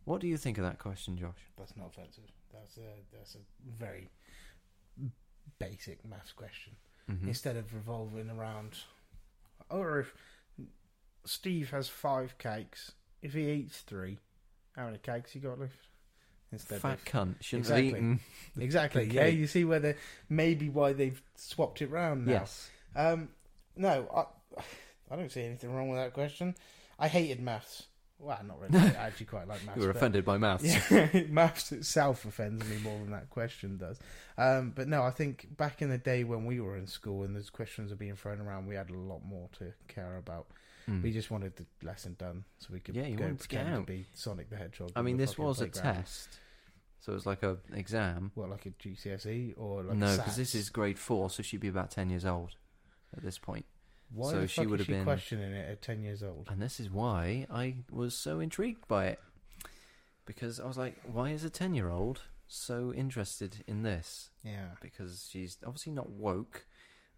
Speaker 1: What do you think of that question, Josh?
Speaker 2: That's not offensive. That's a that's a very basic maths question.
Speaker 1: Mhm.
Speaker 2: Instead of revolving around, or if Steve has five cakes, if he eats three, how many cakes he got left? Instead
Speaker 1: Fat
Speaker 2: of
Speaker 1: cunt shouldn't
Speaker 2: Exactly.
Speaker 1: have eaten.
Speaker 2: exactly,
Speaker 1: the
Speaker 2: yeah.
Speaker 1: cake.
Speaker 2: You see where they maybe why they've swapped it round now.
Speaker 1: Yes.
Speaker 2: Um, no, I, I don't see anything wrong with that question. I hated maths. Well, not really. I actually quite like maths.
Speaker 1: You were
Speaker 2: but-
Speaker 1: offended by maths.
Speaker 2: Yeah, maths itself offends me more than that question does. Um, but no, I think back in the day when we were in school and those questions were being thrown around, we had a lot more to care about.
Speaker 1: Mm.
Speaker 2: We just wanted the lesson done so we could
Speaker 1: Yeah, you
Speaker 2: go
Speaker 1: wanted to get
Speaker 2: pretend to
Speaker 1: out.
Speaker 2: be Sonic the Hedgehog.
Speaker 1: I
Speaker 2: on
Speaker 1: mean,
Speaker 2: the
Speaker 1: this
Speaker 2: fucking
Speaker 1: was a
Speaker 2: playground.
Speaker 1: test, so it was like a exam.
Speaker 2: What, like a GCSE E or like
Speaker 1: no,
Speaker 2: a
Speaker 1: because this
Speaker 2: SATs?
Speaker 1: is grade four, so she'd be about ten years old at this point.
Speaker 2: why
Speaker 1: so
Speaker 2: the
Speaker 1: she
Speaker 2: fuck
Speaker 1: would
Speaker 2: is
Speaker 1: have been-
Speaker 2: questioning it at ten years old.
Speaker 1: And this is why I was so intrigued by it. Because I was like, why is a 10 year old so interested in this?
Speaker 2: Yeah,
Speaker 1: Because she's obviously not woke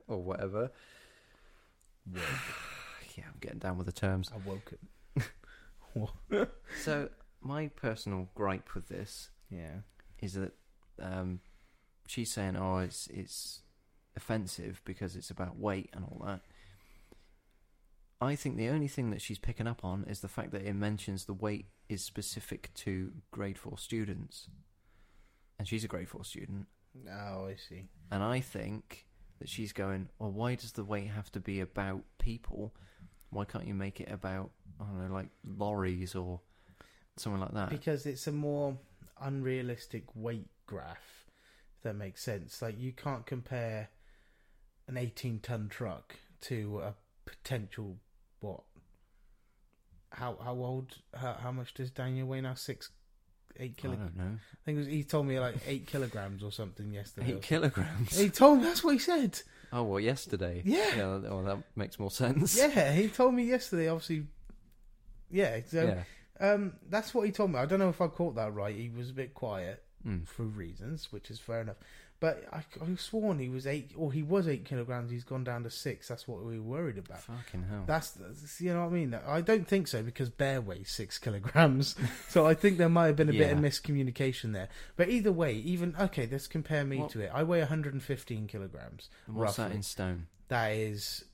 Speaker 1: or whatever. yeah, I'm getting down with the terms.
Speaker 2: I woke it.
Speaker 1: So, my personal gripe with this
Speaker 2: Yeah,
Speaker 1: is that um, she's saying, oh, it's, it's offensive because it's about weight and all that. I think the only thing that she's picking up on is the fact that it mentions the weight is specific to grade four students. And she's a grade four student.
Speaker 2: oh, I see.
Speaker 1: And I think that she's going, well, why does the weight have to be about people? Why can't you make it about, I don't know, like lorries or something like that?
Speaker 2: because it's a more unrealistic weight graph if that makes sense like you can't compare an 18 ton truck to a potential what how how old how, how much does daniel weigh now six eight
Speaker 1: I
Speaker 2: kilo i
Speaker 1: don't know.
Speaker 2: think it was, he told me like eight kilograms or something yesterday
Speaker 1: Eight kilograms.
Speaker 2: he told me that's what he said
Speaker 1: Oh well, yesterday.
Speaker 2: Yeah.
Speaker 1: Yeah. Well, that makes more sense.
Speaker 2: yeah he told me yesterday obviously yeah so
Speaker 1: Yeah.
Speaker 2: um that's what he told me i don't know if i caught that right he was a bit quiet
Speaker 1: Mm.
Speaker 2: for reasons, which is fair enough. But I, I was sworn he was eight, or he was eight kilograms. He's gone down to six. That's what we were worried about.
Speaker 1: Fucking hell.
Speaker 2: That's, that's you know what I mean. I don't think so because bear weighs six kilograms. so I think there might have been a bit of
Speaker 1: Yeah.
Speaker 2: miscommunication there. But either way, even okay, let's compare me
Speaker 1: What-
Speaker 2: to it. I weigh 115 kilograms.
Speaker 1: And What's that
Speaker 2: roughly.
Speaker 1: in stone?
Speaker 2: That is,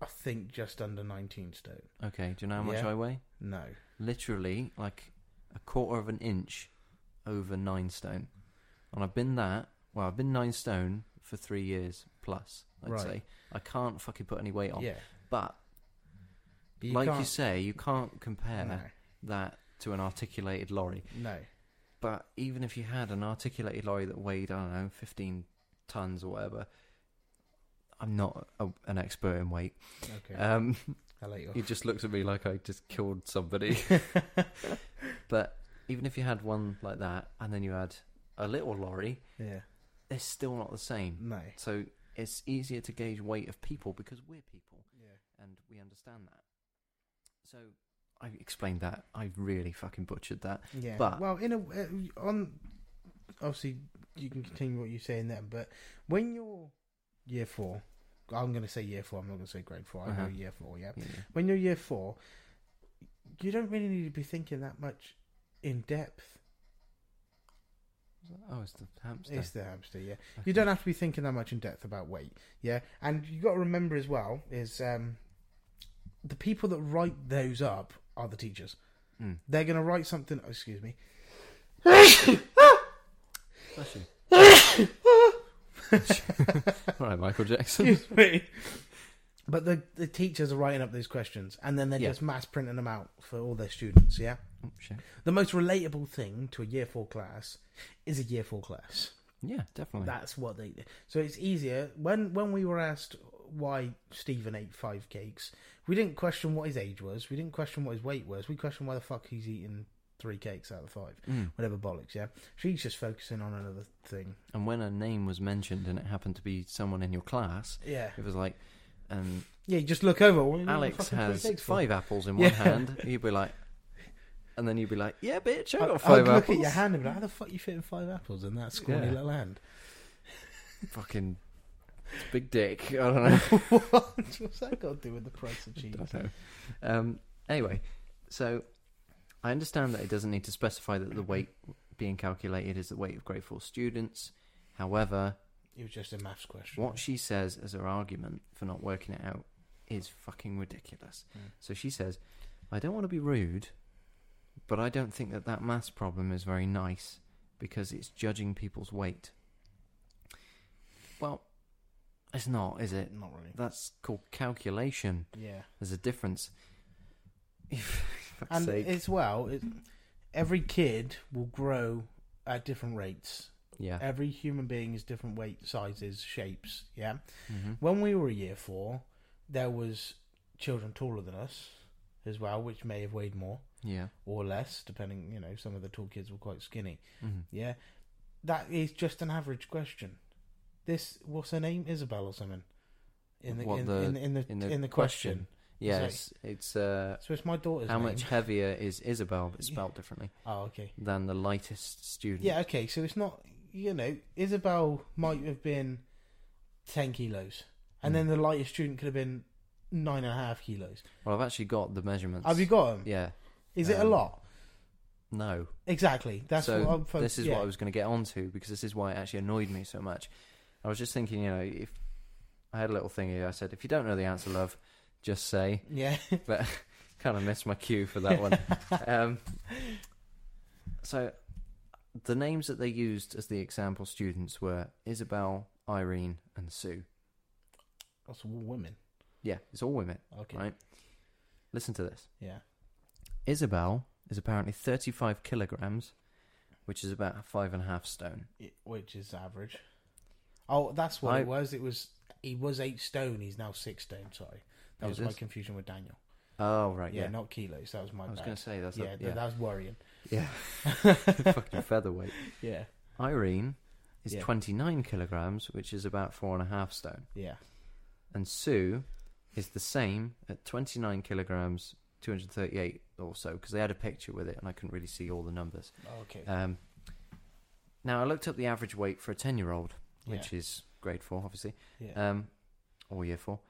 Speaker 2: I think, just under 19 stone.
Speaker 1: Okay. Do you know how much
Speaker 2: Yeah.
Speaker 1: I weigh?
Speaker 2: No,
Speaker 1: Literally, like a quarter of an inch over nine stone, and I've been that. Well, I've been nine stone for three years plus. I'd
Speaker 2: Right.
Speaker 1: say I can't fucking put any weight on.
Speaker 2: yeah,
Speaker 1: But
Speaker 2: But you
Speaker 1: like you
Speaker 2: can't-
Speaker 1: say, you can't compare that to an articulated lorry.
Speaker 2: no, no,
Speaker 1: But even if you had an articulated lorry that weighed, I don't know, 15 tons or whatever, I'm not a, an expert in weight.
Speaker 2: okay,
Speaker 1: Um,
Speaker 2: I'll let you.
Speaker 1: he
Speaker 2: Off.
Speaker 1: just looks at me like I just killed somebody. but even if you had one like that and then you had a little lorry,
Speaker 2: Yeah,
Speaker 1: it's still not the same.
Speaker 2: no,
Speaker 1: So it's easier to gauge weight of people because we're people
Speaker 2: yeah.
Speaker 1: and we understand that. So I explained that. I really fucking butchered that.
Speaker 2: Yeah.
Speaker 1: But-
Speaker 2: well, in a uh, on obviously you can continue what you're saying then, but when you're year four, I'm going to say year four. I'm not going to say grade four. I
Speaker 1: Uh-huh.
Speaker 2: know year four. Yeah.
Speaker 1: Yeah.
Speaker 2: When you're year four, you don't really need to be thinking that much in depth.
Speaker 1: Oh, it's the hamster.
Speaker 2: It's the hamster. Yeah. You don't have to be thinking that much in depth about weight. Yeah. And you got to remember as well is um, the people that write those up are the teachers.
Speaker 1: Mm.
Speaker 2: They're going to write something. oh, excuse me.
Speaker 1: Bless you. All right, Michael Jackson.
Speaker 2: Excuse me. But the the teachers are writing up those questions, and then they're
Speaker 1: Yeah.
Speaker 2: just mass printing them out for all their students. Yeah.
Speaker 1: Oh, shit.
Speaker 2: The most relatable thing to a year four class is a year four class.
Speaker 1: Yeah, definitely.
Speaker 2: That's what they. So it's easier when when we were asked why Stephen ate five cakes. We didn't question what his age was. We didn't question what his weight was. We questioned why the fuck he's eating three cakes out of five,
Speaker 1: Mm.
Speaker 2: whatever bollocks. Yeah, she's just focusing on another thing.
Speaker 1: And when a name was mentioned and it happened to be someone in your class,
Speaker 2: Yeah,
Speaker 1: it was like, um,
Speaker 2: yeah. You just look over. What are you eating
Speaker 1: Alex
Speaker 2: fucking three
Speaker 1: has
Speaker 2: cakes for?
Speaker 1: five apples in
Speaker 2: Yeah.
Speaker 1: one hand. You'd be like, and then you'd be like, yeah, bitch, I
Speaker 2: I-
Speaker 1: got five
Speaker 2: I'd
Speaker 1: apples.
Speaker 2: look at your hand and be like, how the fuck you fitting five apples in that scrawny
Speaker 1: Yeah.
Speaker 2: little hand?
Speaker 1: Fucking it's a big dick. I don't know.
Speaker 2: what? What's that got to do with the price of cheese?
Speaker 1: don't know. Um, anyway, so I understand that it doesn't need to specify that the weight being calculated is the weight of grade four students. However,
Speaker 2: It was just a maths question.
Speaker 1: what she says as her argument for not working it out is fucking ridiculous.
Speaker 2: Mm.
Speaker 1: So she says, I don't want to be rude, but I don't think that that maths problem is very nice because it's judging people's weight. Well, it's not, is it?
Speaker 2: Not really.
Speaker 1: That's called calculation.
Speaker 2: Yeah.
Speaker 1: There's a difference.
Speaker 2: And
Speaker 1: and
Speaker 2: as well, it, every kid will grow at different rates.
Speaker 1: yeah.
Speaker 2: Every human being is different weight, sizes, shapes. Yeah.
Speaker 1: hmm
Speaker 2: When we were a year four, there was children taller than us as well, which may have weighed more
Speaker 1: Yeah.
Speaker 2: or less, depending. You know, some of the tall kids were quite skinny.
Speaker 1: hmm
Speaker 2: Yeah. That is just an average question. This what's her name? Isabel or something. In the,
Speaker 1: What
Speaker 2: in,
Speaker 1: the-
Speaker 2: in, in the in the question.
Speaker 1: Yeah,
Speaker 2: So-
Speaker 1: it's, it's uh,
Speaker 2: So it's my daughter's
Speaker 1: how
Speaker 2: name.
Speaker 1: much heavier is Isabel, but spelled differently,
Speaker 2: Oh, okay.
Speaker 1: than the lightest student.
Speaker 2: Yeah, okay. So it's not you know Isabel might have been ten kilos, and
Speaker 1: Mm.
Speaker 2: then the lightest student could have been nine and a half kilos.
Speaker 1: Mm. Well, I've actually got the measurements.
Speaker 2: Have you got them?
Speaker 1: Yeah.
Speaker 2: Is it a
Speaker 1: um,
Speaker 2: lot?
Speaker 1: No.
Speaker 2: Exactly. That's
Speaker 1: so
Speaker 2: what I'm. fo-
Speaker 1: this is
Speaker 2: yeah.
Speaker 1: what I was going to get onto because this is why it actually annoyed me so much. I was just thinking, you know, if I had a little thing here, I said, if you don't know the answer, love, just say.
Speaker 2: Yeah.
Speaker 1: but kind of missed my cue for that one. um, so the names that they used as the example students were Isabel, Irene, and Sue.
Speaker 2: That's all women.
Speaker 1: Yeah, it's all women.
Speaker 2: Okay.
Speaker 1: Right. Listen to this.
Speaker 2: Yeah.
Speaker 1: Isabel is apparently 35 kilograms, which is about five and a half stone.
Speaker 2: It- which is average. Oh, that's what
Speaker 1: I-
Speaker 2: it was. It was he was eight stone. He's now six stone. Sorry, that
Speaker 1: Is
Speaker 2: was my
Speaker 1: this-
Speaker 2: confusion with Daniel.
Speaker 1: Oh, right,
Speaker 2: Yeah,
Speaker 1: yeah.
Speaker 2: not kilos. That was my
Speaker 1: I was
Speaker 2: bad.
Speaker 1: going to say that's
Speaker 2: yeah,
Speaker 1: yeah,
Speaker 2: th-
Speaker 1: yeah.
Speaker 2: that was worrying.
Speaker 1: yeah. fucking featherweight.
Speaker 2: Yeah,
Speaker 1: Irene is
Speaker 2: Yeah.
Speaker 1: 29 kilograms, which is about four and a half stone.
Speaker 2: yeah.
Speaker 1: and Sue is the same at 29 kilograms, 238 or so, because they had a picture with it and I couldn't really see all the numbers.
Speaker 2: Okay.
Speaker 1: Um, now, I looked up the average weight for a 10 year old,
Speaker 2: Yeah.
Speaker 1: which is grade four, obviously,
Speaker 2: yeah.
Speaker 1: um, or year four,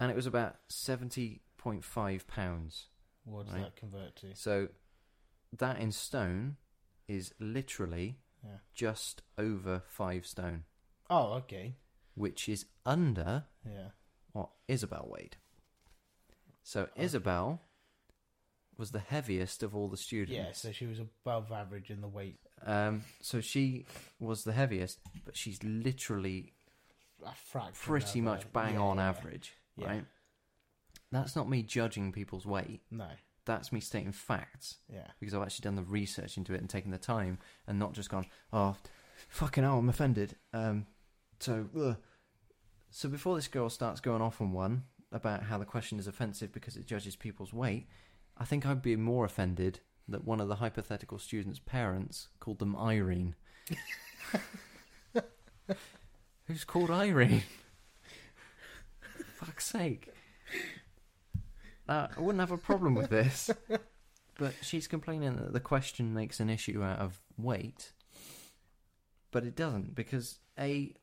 Speaker 1: and it was about 70.5 pounds.
Speaker 2: what does
Speaker 1: right.
Speaker 2: that convert to?
Speaker 1: So that in stone is literally
Speaker 2: Yeah.
Speaker 1: just over five stone,
Speaker 2: Oh, okay.
Speaker 1: which is under
Speaker 2: Yeah.
Speaker 1: or Isabel weighed. So Isabel was the heaviest of all the
Speaker 2: Yeah,
Speaker 1: students.
Speaker 2: so she was above average in the weight.
Speaker 1: Um, so she was the heaviest, but she's literally
Speaker 2: A fraction
Speaker 1: pretty
Speaker 2: of
Speaker 1: much
Speaker 2: that.
Speaker 1: bang
Speaker 2: Yeah,
Speaker 1: on
Speaker 2: yeah, yeah.
Speaker 1: average,
Speaker 2: Yeah.
Speaker 1: right? That's not me judging people's weight.
Speaker 2: No.
Speaker 1: That's me stating facts
Speaker 2: Yeah.
Speaker 1: because I've actually done the research into it and taken the time and not just gone, oh, fucking hell, I'm offended. Um, so, ugh. so before this girl starts going off on one about how the question is offensive because it judges people's weight, I think I'd be more offended that one of the hypothetical students' parents called them Irene. Who's called Irene? Fuck's sake. Uh, I wouldn't have a problem with this. But she's complaining that the question makes an issue out of weight, but it doesn't because a,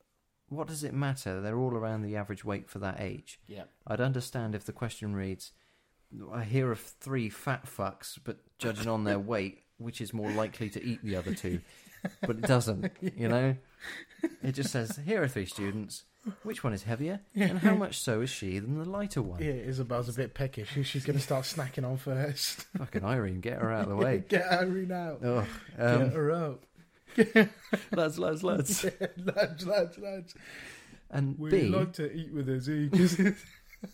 Speaker 1: what does it matter? They're all around the average weight for that age.
Speaker 2: Yeah.
Speaker 1: I'd understand if the question reads, "I hear of three fat fucks, but judging on their weight, which is more likely to eat the other two?" But it doesn't. You know, it just says, "Here are three students. Which one is heavier, and how much so is she than the lighter one?"
Speaker 2: Yeah, Isabel's a bit peckish. She's going to start snacking on first.
Speaker 1: Fucking Irene, get her out of the way.
Speaker 2: Get Irene out.
Speaker 1: Ugh,
Speaker 2: Get
Speaker 1: um,
Speaker 2: her out.
Speaker 1: lads, lads, lads.
Speaker 2: lads, lads, lads.
Speaker 1: And
Speaker 2: We
Speaker 1: B,
Speaker 2: like to eat with us. eh?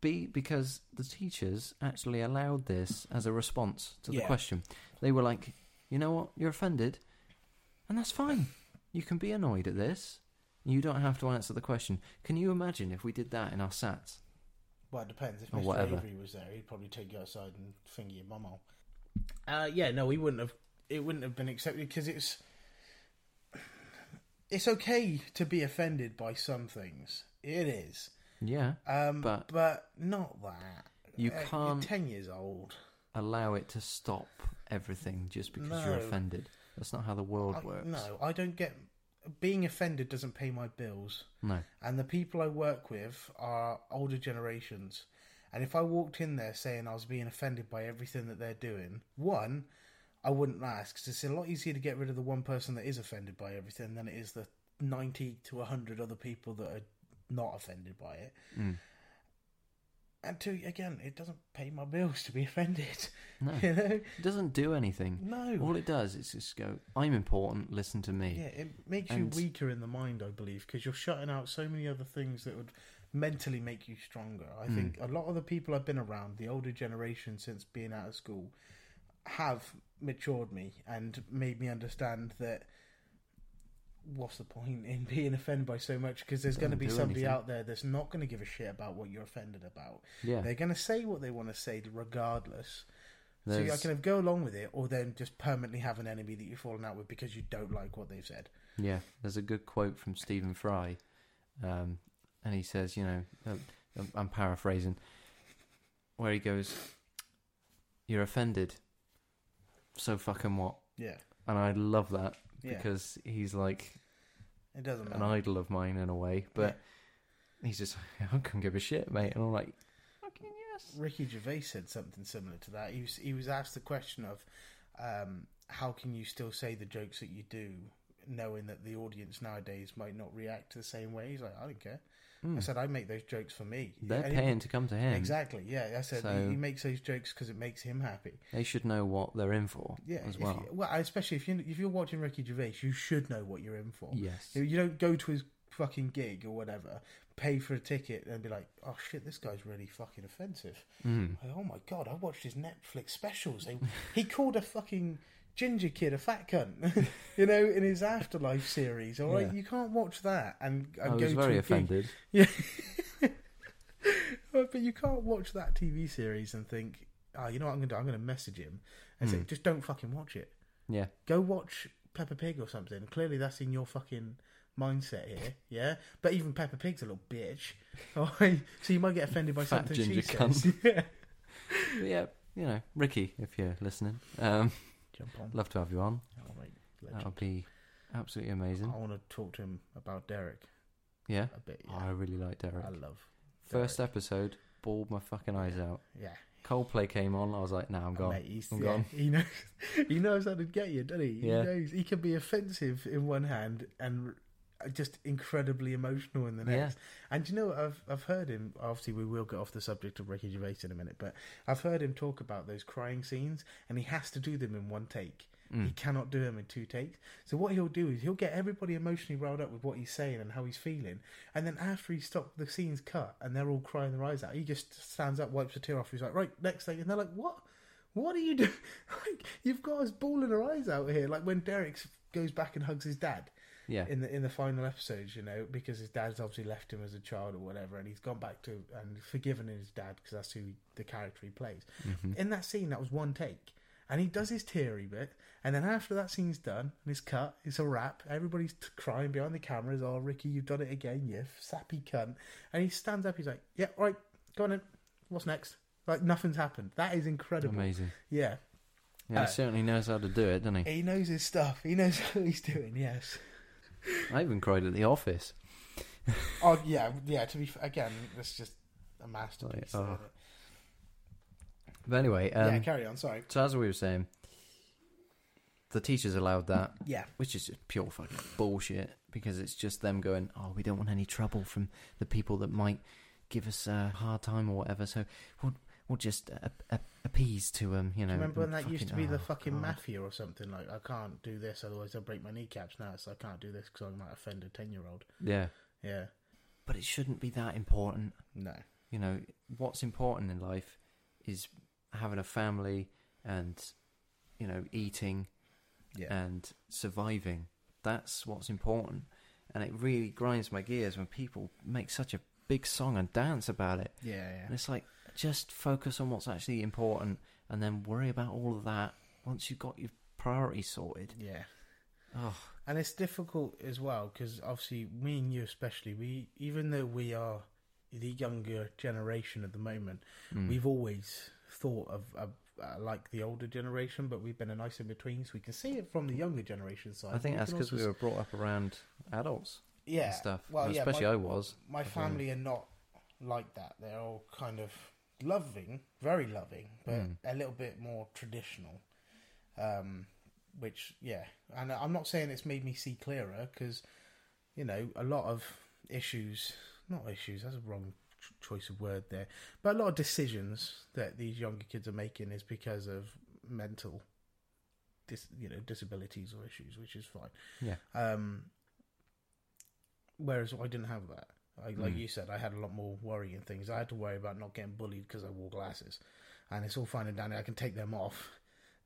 Speaker 1: B, because the teachers actually allowed this as a response to the
Speaker 2: Yeah.
Speaker 1: question. They were like, you know what, you're offended, and that's fine. You can be annoyed at this. You don't have to answer the question. Can you imagine if we did that in our SATs?
Speaker 2: Well, it depends. If
Speaker 1: Or
Speaker 2: Mr.
Speaker 1: whatever.
Speaker 2: Avery was there, he'd probably take you outside and finger your bum hole. Uh, yeah, no, we wouldn't have. It wouldn't have been accepted because it's. It's okay to be offended by some things. It is,
Speaker 1: Yeah,
Speaker 2: um,
Speaker 1: But-
Speaker 2: but not that.
Speaker 1: you
Speaker 2: Uh, you're
Speaker 1: can't
Speaker 2: Ten years old.
Speaker 1: allow it to stop everything just because you're
Speaker 2: No.
Speaker 1: offended. That's not how the world
Speaker 2: I-
Speaker 1: works.
Speaker 2: no, I don't get. Being offended doesn't pay my bills.
Speaker 1: No.
Speaker 2: and the people I work with are older generations. And if I walked in there saying I was being offended by everything that they're doing, one, I wouldn't last 'cause it's a lot easier to get rid of the one person that is offended by everything than it is the 90 to 100 other people that are not offended by it.
Speaker 1: Mm.
Speaker 2: And two, again, it doesn't pay my bills to be offended.
Speaker 1: No.
Speaker 2: You know?
Speaker 1: It doesn't do anything.
Speaker 2: No.
Speaker 1: All it does is just go, I'm important, listen to me.
Speaker 2: Yeah, it makes
Speaker 1: And-
Speaker 2: you weaker in the mind, I believe, because you're shutting out so many other things that would mentally make you stronger. I
Speaker 1: Mm.
Speaker 2: think a lot of the people I've been around, the older generation since being out of school, have matured me and made me understand that what's the point in being offended by so much because there's going to
Speaker 1: Doesn't
Speaker 2: be
Speaker 1: do
Speaker 2: somebody
Speaker 1: anything.
Speaker 2: out there that's not going to give a shit about what you're offended about.
Speaker 1: Yeah.
Speaker 2: They're going to say what they want to say regardless. So I
Speaker 1: there's-
Speaker 2: can either go along with it, or then just permanently have an enemy that you've fallen out with because you don't like what they've said.
Speaker 1: Yeah, there's a good quote from Stephen Fry, um, and he says, you know, uh, I'm- I'm paraphrasing, where he goes, "You're offended, so fucking what?"
Speaker 2: Yeah,
Speaker 1: And I love that
Speaker 2: yeah.
Speaker 1: because he's like
Speaker 2: it doesn't
Speaker 1: an
Speaker 2: matter.
Speaker 1: idol of mine in a way, but he's just, I couldn't give a shit, mate. And I'm like, fucking yes.
Speaker 2: Ricky Gervais said something similar to that. He was he was asked the question of, um, how can you still say the jokes that you do, knowing that the audience nowadays might not react the same way? He's like, I don't care. I
Speaker 1: Mm.
Speaker 2: said I make those jokes for me.
Speaker 1: They're
Speaker 2: And he-
Speaker 1: paying to come to him.
Speaker 2: Exactly. Yeah, I said
Speaker 1: So-
Speaker 2: he, he makes those jokes because it makes him happy.
Speaker 1: They should know what they're in for
Speaker 2: Yeah,
Speaker 1: as
Speaker 2: if
Speaker 1: well.
Speaker 2: you- well, especially if you if you're watching Ricky Gervais, you should know what you're in for.
Speaker 1: Yes.
Speaker 2: You- You don't go to his fucking gig or whatever, pay for a ticket, and be like, "Oh shit, this guy's really fucking offensive."
Speaker 1: Mm.
Speaker 2: Like, oh my god, I watched his Netflix specials. They, he called a fucking ginger kid a fat cunt, you know, in his afterlife series. All right,
Speaker 1: Yeah.
Speaker 2: you can't watch that and, and
Speaker 1: I
Speaker 2: go
Speaker 1: was
Speaker 2: to
Speaker 1: very
Speaker 2: a gig.
Speaker 1: offended.
Speaker 2: But you can't watch that TV series and think, "Ah, you know what I'm going to do? I'm going to message him and say,
Speaker 1: Mm.
Speaker 2: just don't fucking watch it.
Speaker 1: Yeah.
Speaker 2: go watch Peppa Pig or something. Clearly, that's in your fucking mindset here, yeah. But even Peppa Pig's a little bitch, Alright? so you might get offended by
Speaker 1: Fat
Speaker 2: something
Speaker 1: ginger
Speaker 2: she says. Yeah.
Speaker 1: But yeah, you know, Ricky, if you're listening, um,
Speaker 2: Jump on.
Speaker 1: love to have you on.
Speaker 2: Oh, mate, legend.
Speaker 1: That'll be absolutely amazing.
Speaker 2: I want to talk to him about Derek
Speaker 1: Yeah,
Speaker 2: a bit.
Speaker 1: I
Speaker 2: Yeah.
Speaker 1: really like Derek.
Speaker 2: I love
Speaker 1: First episode, bawled my fucking eyes out.
Speaker 2: yeah.
Speaker 1: Coldplay came on, I was like, nah, I'm gone.
Speaker 2: Mate, he's,
Speaker 1: Oh, I'm
Speaker 2: yeah,
Speaker 1: gone.
Speaker 2: He knows. He knows how to get you, doesn't he?
Speaker 1: Yeah.
Speaker 2: He knows. He can be offensive in one hand and just incredibly emotional in the
Speaker 1: Yeah.
Speaker 2: next. And you know, what? I've I've heard him. Obviously, we will get off the subject of Ricky Gervais in a minute, but I've heard him talk about those crying scenes, and he has to do them in one take. He
Speaker 1: Mm.
Speaker 2: cannot do them in two takes. So what he'll do is he'll get everybody emotionally riled up with what he's saying and how he's feeling, and then after he stopped, the scene's cut and they're all crying their eyes out. He just stands up, wipes a tear off. He's like, "Right, next thing," and they're like, "What? What are you doing? Like, you've got us bawling our eyes out here." Like when Derek s- goes back and hugs his dad
Speaker 1: Yeah,
Speaker 2: in the in the final episodes, you know, because his dad's obviously left him as a child or whatever, and he's gone back to and forgiven his dad because that's who the character he plays.
Speaker 1: Mm-hmm.
Speaker 2: In that scene, that was one take, and he does his teary bit, and then after that scene's done and it's cut, it's a wrap. Everybody's t- crying behind the cameras. Oh, Ricky, you've done it again, you sappy cunt! And he stands up. He's like, "Yeah, right, go on in. What's next?" Like nothing's happened. That is incredible.
Speaker 1: amazing.
Speaker 2: Yeah,
Speaker 1: Yeah,
Speaker 2: Uh,
Speaker 1: he certainly knows how to do it, doesn't he?
Speaker 2: he knows his stuff. He knows what he's doing. Yes.
Speaker 1: I even cried at the office.
Speaker 2: Oh yeah, yeah. To be f- again, that's just a masterpiece.
Speaker 1: Like, oh. But anyway, um,
Speaker 2: yeah, carry on. Sorry.
Speaker 1: so as we were saying, the teachers allowed that,
Speaker 2: Yeah,
Speaker 1: which is just pure fucking bullshit because it's just them going, oh, we don't want any trouble from the people that might give us a hard time or whatever, so we'll, we'll just uh, uh, appease to them, you know.
Speaker 2: remember when
Speaker 1: and
Speaker 2: that used to
Speaker 1: fucking-
Speaker 2: be the
Speaker 1: oh,
Speaker 2: fucking
Speaker 1: God.
Speaker 2: mafia or something? Like, I can't do this, otherwise I'll break my kneecaps. Now it's I can't do this because I might offend a ten-year-old.
Speaker 1: Yeah,
Speaker 2: Yeah,
Speaker 1: but it shouldn't be that important.
Speaker 2: no,
Speaker 1: you know, what's important in life is having a family and, you know, eating
Speaker 3: Yeah.
Speaker 1: and surviving. That's what's important. And it really grinds my gears when people make such a big song and dance about it.
Speaker 4: Yeah,
Speaker 1: And it's like, just focus on what's actually important and then worry about all of that once you've got your priorities sorted.
Speaker 4: yeah.
Speaker 1: Oh,
Speaker 2: And it's difficult as well because obviously me and you especially we even though we are the younger generation at the moment,
Speaker 1: mm.
Speaker 2: we've always thought of, of uh, like the older generation, but we've been a nice in between, so we can see it from the younger generation side.
Speaker 1: I think
Speaker 2: We
Speaker 1: that's
Speaker 2: can
Speaker 1: because
Speaker 2: also
Speaker 1: we
Speaker 2: s-
Speaker 1: were brought up around adults
Speaker 2: yeah
Speaker 1: and stuff.
Speaker 2: Well,
Speaker 1: And
Speaker 2: yeah,
Speaker 1: especially
Speaker 2: my-
Speaker 1: I was.
Speaker 2: my
Speaker 1: don't
Speaker 2: family are not like that. They're all kind of loving, very loving, but
Speaker 1: Mm.
Speaker 2: a little bit more traditional. Um, which, yeah, and I'm not saying it's made me see clearer because, you know, a lot of issues, not issues, that's a wrong ch- choice of word there, but a lot of decisions that these younger kids are making is because of mental, dis- you know, disabilities or issues, which is fine.
Speaker 1: Yeah.
Speaker 2: Um, whereas I didn't have that. I, like
Speaker 1: Mm.
Speaker 2: you said, I had a lot more worry and things. I had to worry about not getting bullied because I wore glasses, and it's all fine and dandy. I can take them off,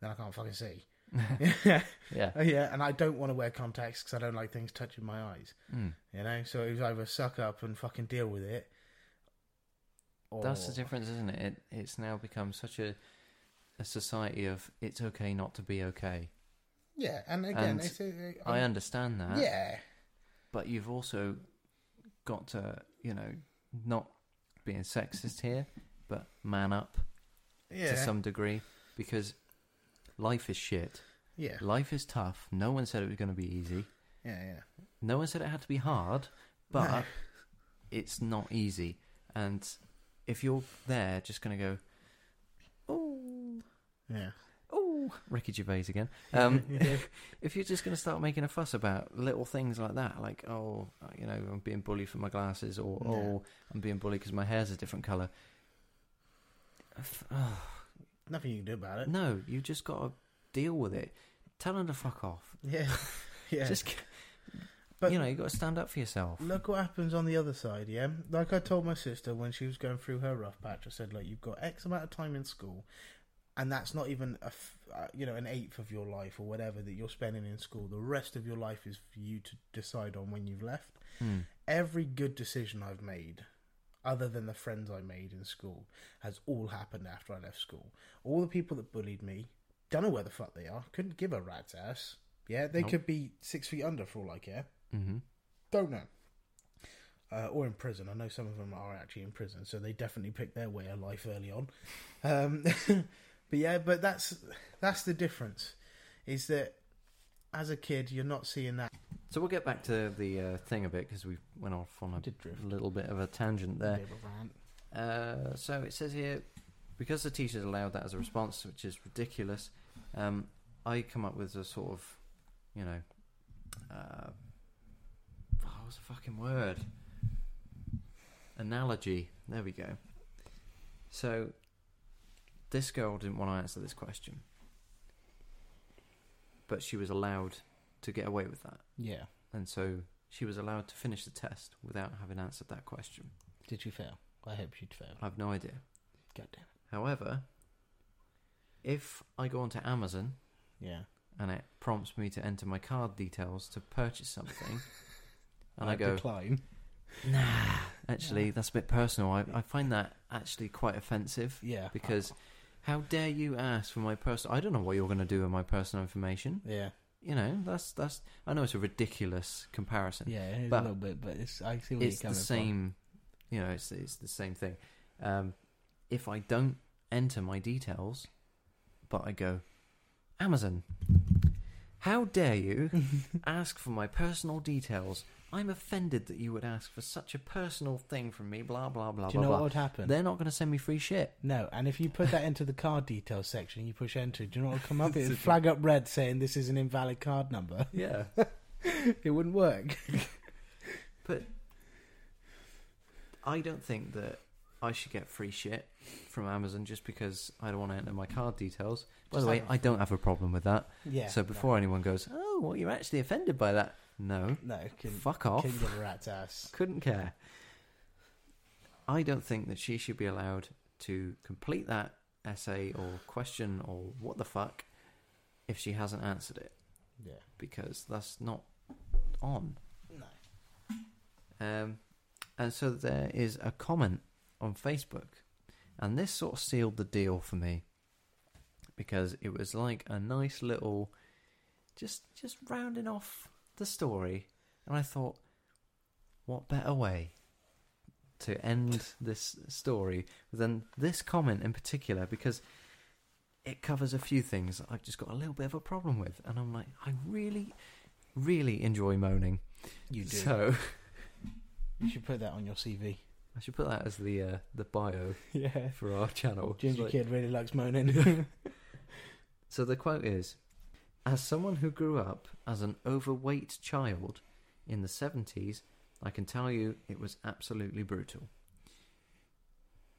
Speaker 2: then I can't fucking see. yeah,
Speaker 1: Yeah.
Speaker 2: Oh, yeah. And I don't want to wear contacts because I don't like things touching my eyes.
Speaker 1: Mm.
Speaker 2: You know, so it was either suck up and fucking deal with it. Or,
Speaker 1: That's the difference, isn't it? it? It's now become such a a society of it's okay not to be okay.
Speaker 2: Yeah, and again,
Speaker 1: And
Speaker 2: it's a,
Speaker 1: I understand that,
Speaker 2: Um, yeah,
Speaker 1: but you've also got to, you know, not being sexist here, but man up to
Speaker 2: yeah,
Speaker 1: some degree because life is shit.
Speaker 2: yeah,
Speaker 1: Life is tough. No one said it was going to be easy.
Speaker 2: yeah, yeah.
Speaker 1: No one said it had to be hard, but
Speaker 2: No.
Speaker 1: it's not easy. And if you're there, just going to go, oh,
Speaker 2: Yeah.
Speaker 1: oh, Ricky Gervais again. Um, if you're just going to start making a fuss about little things like that, like oh, you know, I'm being bullied for my glasses, or
Speaker 2: Yeah.
Speaker 1: oh, I'm being bullied because my hair's a different ah, color.
Speaker 2: Nothing you can do about it.
Speaker 1: No, you just got to deal with it. Tell them to fuck off.
Speaker 2: Yeah, yeah.
Speaker 1: Just, g-
Speaker 2: But-
Speaker 1: you know, you got to stand up for yourself.
Speaker 2: Look what happens on the other side, yeah? Like I told my sister when she was going through her rough patch, I said, like, you've got X amount of time in school, and that's not even, a f- uh, you know, an eighth of your life or whatever that you're spending in school. The rest of your life is for you to decide on when you've left.
Speaker 1: Mm.
Speaker 2: Every good decision I've made, other than the friends I made in school, has all happened after I left school. All the people that bullied me, don't know where the fuck they are, couldn't give a rat's ass. Yeah, they
Speaker 1: Nope.
Speaker 2: could be six feet under for all I care.
Speaker 1: hmm
Speaker 2: Don't know. Uh, or in prison. I know some of them are actually in prison, so they definitely picked their way of life early on. Um, but yeah, but that's that's the difference. Is that as a kid you're not seeing that.
Speaker 1: So we'll get back to the uh, thing a bit because we went off on
Speaker 2: Did drift.
Speaker 1: a little bit of a tangent there.
Speaker 2: Bit of a rant.
Speaker 1: Uh, so it says here, because the teachers allowed that as a response, which is ridiculous. Um, I come up with a sort of, you know, uh, oh, what's the fucking word? Analogy. There we go. So this girl didn't want to answer this question, but she was allowed to get away with that,
Speaker 4: Yeah.
Speaker 1: and so she was allowed to finish the test without having answered that question.
Speaker 4: Did she fail? I hope she'd fail.
Speaker 1: I've no idea.
Speaker 4: God damn
Speaker 1: However, if I go onto Amazon
Speaker 4: it. Yeah.
Speaker 1: and it prompts me to enter my card details to purchase something, and I go,
Speaker 4: decline.
Speaker 1: nah, actually, that's a bit personal. I, I find that actually quite offensive
Speaker 4: Yeah.
Speaker 1: because how dare you ask for my personal? I don't know what you're going to do with my personal information.
Speaker 4: yeah.
Speaker 1: You know, that's that's. I know it's a ridiculous comparison.
Speaker 4: Yeah, it is
Speaker 1: But
Speaker 4: a little bit, but it's I see where
Speaker 1: it's
Speaker 4: you're
Speaker 1: the
Speaker 4: coming
Speaker 1: same. You know, it's it's the same thing. Um, if I don't enter my details, but I go, Amazon, how dare you ask for my personal details? I'm offended that you would ask for such a personal thing from me. Blah blah blah
Speaker 4: from. Do you
Speaker 1: blah
Speaker 4: know what
Speaker 1: blah.
Speaker 4: would happen?
Speaker 1: They're not going to send me free shit.
Speaker 4: no, and if you put that into the card details section, you push enter. Do you know what will come up? It'll flag up red saying this is an invalid card number.
Speaker 1: Yeah,
Speaker 4: It wouldn't work.
Speaker 1: but I don't think that I should get free shit from Amazon just because I don't want to enter my card details. By
Speaker 2: Just
Speaker 1: the way,
Speaker 2: have a-
Speaker 1: I don't have a problem with that.
Speaker 4: Yeah.
Speaker 1: so before anyone goes, oh, well, you're actually offended by that. No,
Speaker 4: no, no couldn't,
Speaker 1: fuck off.
Speaker 4: couldn't get a rat's ass.
Speaker 1: Couldn't care. I don't think that she should be allowed to complete that essay or question or what the fuck if she hasn't answered it
Speaker 4: Yeah.
Speaker 1: because that's not on.
Speaker 4: No.
Speaker 1: Um, and so there is a comment on Facebook, and this sort of sealed the deal for me because it was like a nice little, just just rounding off the story, and I thought, what better way to end this story than this comment in particular because. It covers a few things that I've just got a little bit of a problem with, and I'm like, I really, really enjoy moaning.
Speaker 4: You do.
Speaker 1: So,
Speaker 4: You should put that on your CV.
Speaker 1: I should put that as the uh, the bio
Speaker 4: Yeah.
Speaker 1: for our channel.
Speaker 4: Ginger
Speaker 1: Like-
Speaker 4: Kid really likes moaning.
Speaker 1: So the quote is As someone who grew up as an overweight child in the 70s, I can tell you it was absolutely brutal.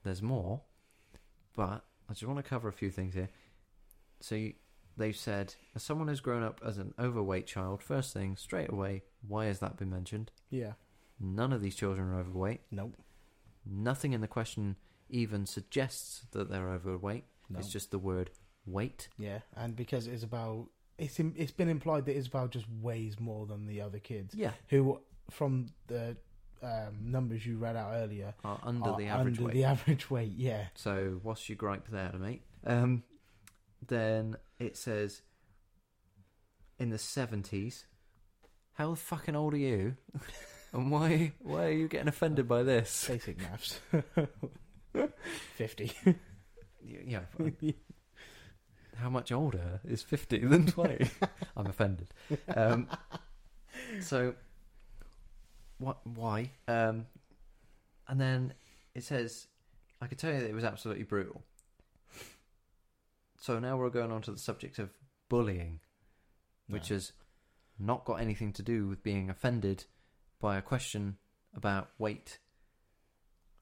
Speaker 1: There's more, but I just want to cover a few things here. So you, they've said, as someone who's grown up as an overweight child, first thing, straight away, why has that been mentioned?
Speaker 4: yeah.
Speaker 1: None of these children are overweight.
Speaker 4: Nope.
Speaker 1: Nothing in the question even suggests that they're overweight.
Speaker 4: No.
Speaker 1: It's just the word weight.
Speaker 4: Yeah, and because it's about it's im it's been implied that Isabel just weighs more than the other kids
Speaker 1: Yeah.
Speaker 4: who, from the um, numbers you read out earlier,
Speaker 1: Are under
Speaker 4: are
Speaker 1: the average
Speaker 4: under
Speaker 1: weight.
Speaker 4: the average weight. Yeah,
Speaker 1: So what's your gripe there, mate? Um, then it says in the seventies. How fucking old are you? and why why are you getting offended by this?
Speaker 4: basic maths. Fifty.
Speaker 1: Y- Yeah. how much older is fifty than twenty? I'm offended. Um, so what? Why? Um, and then it says, "I could tell you that it was absolutely brutal." So now we're going on to the subject of bullying, which has not got anything to do with being offended by a question about weight.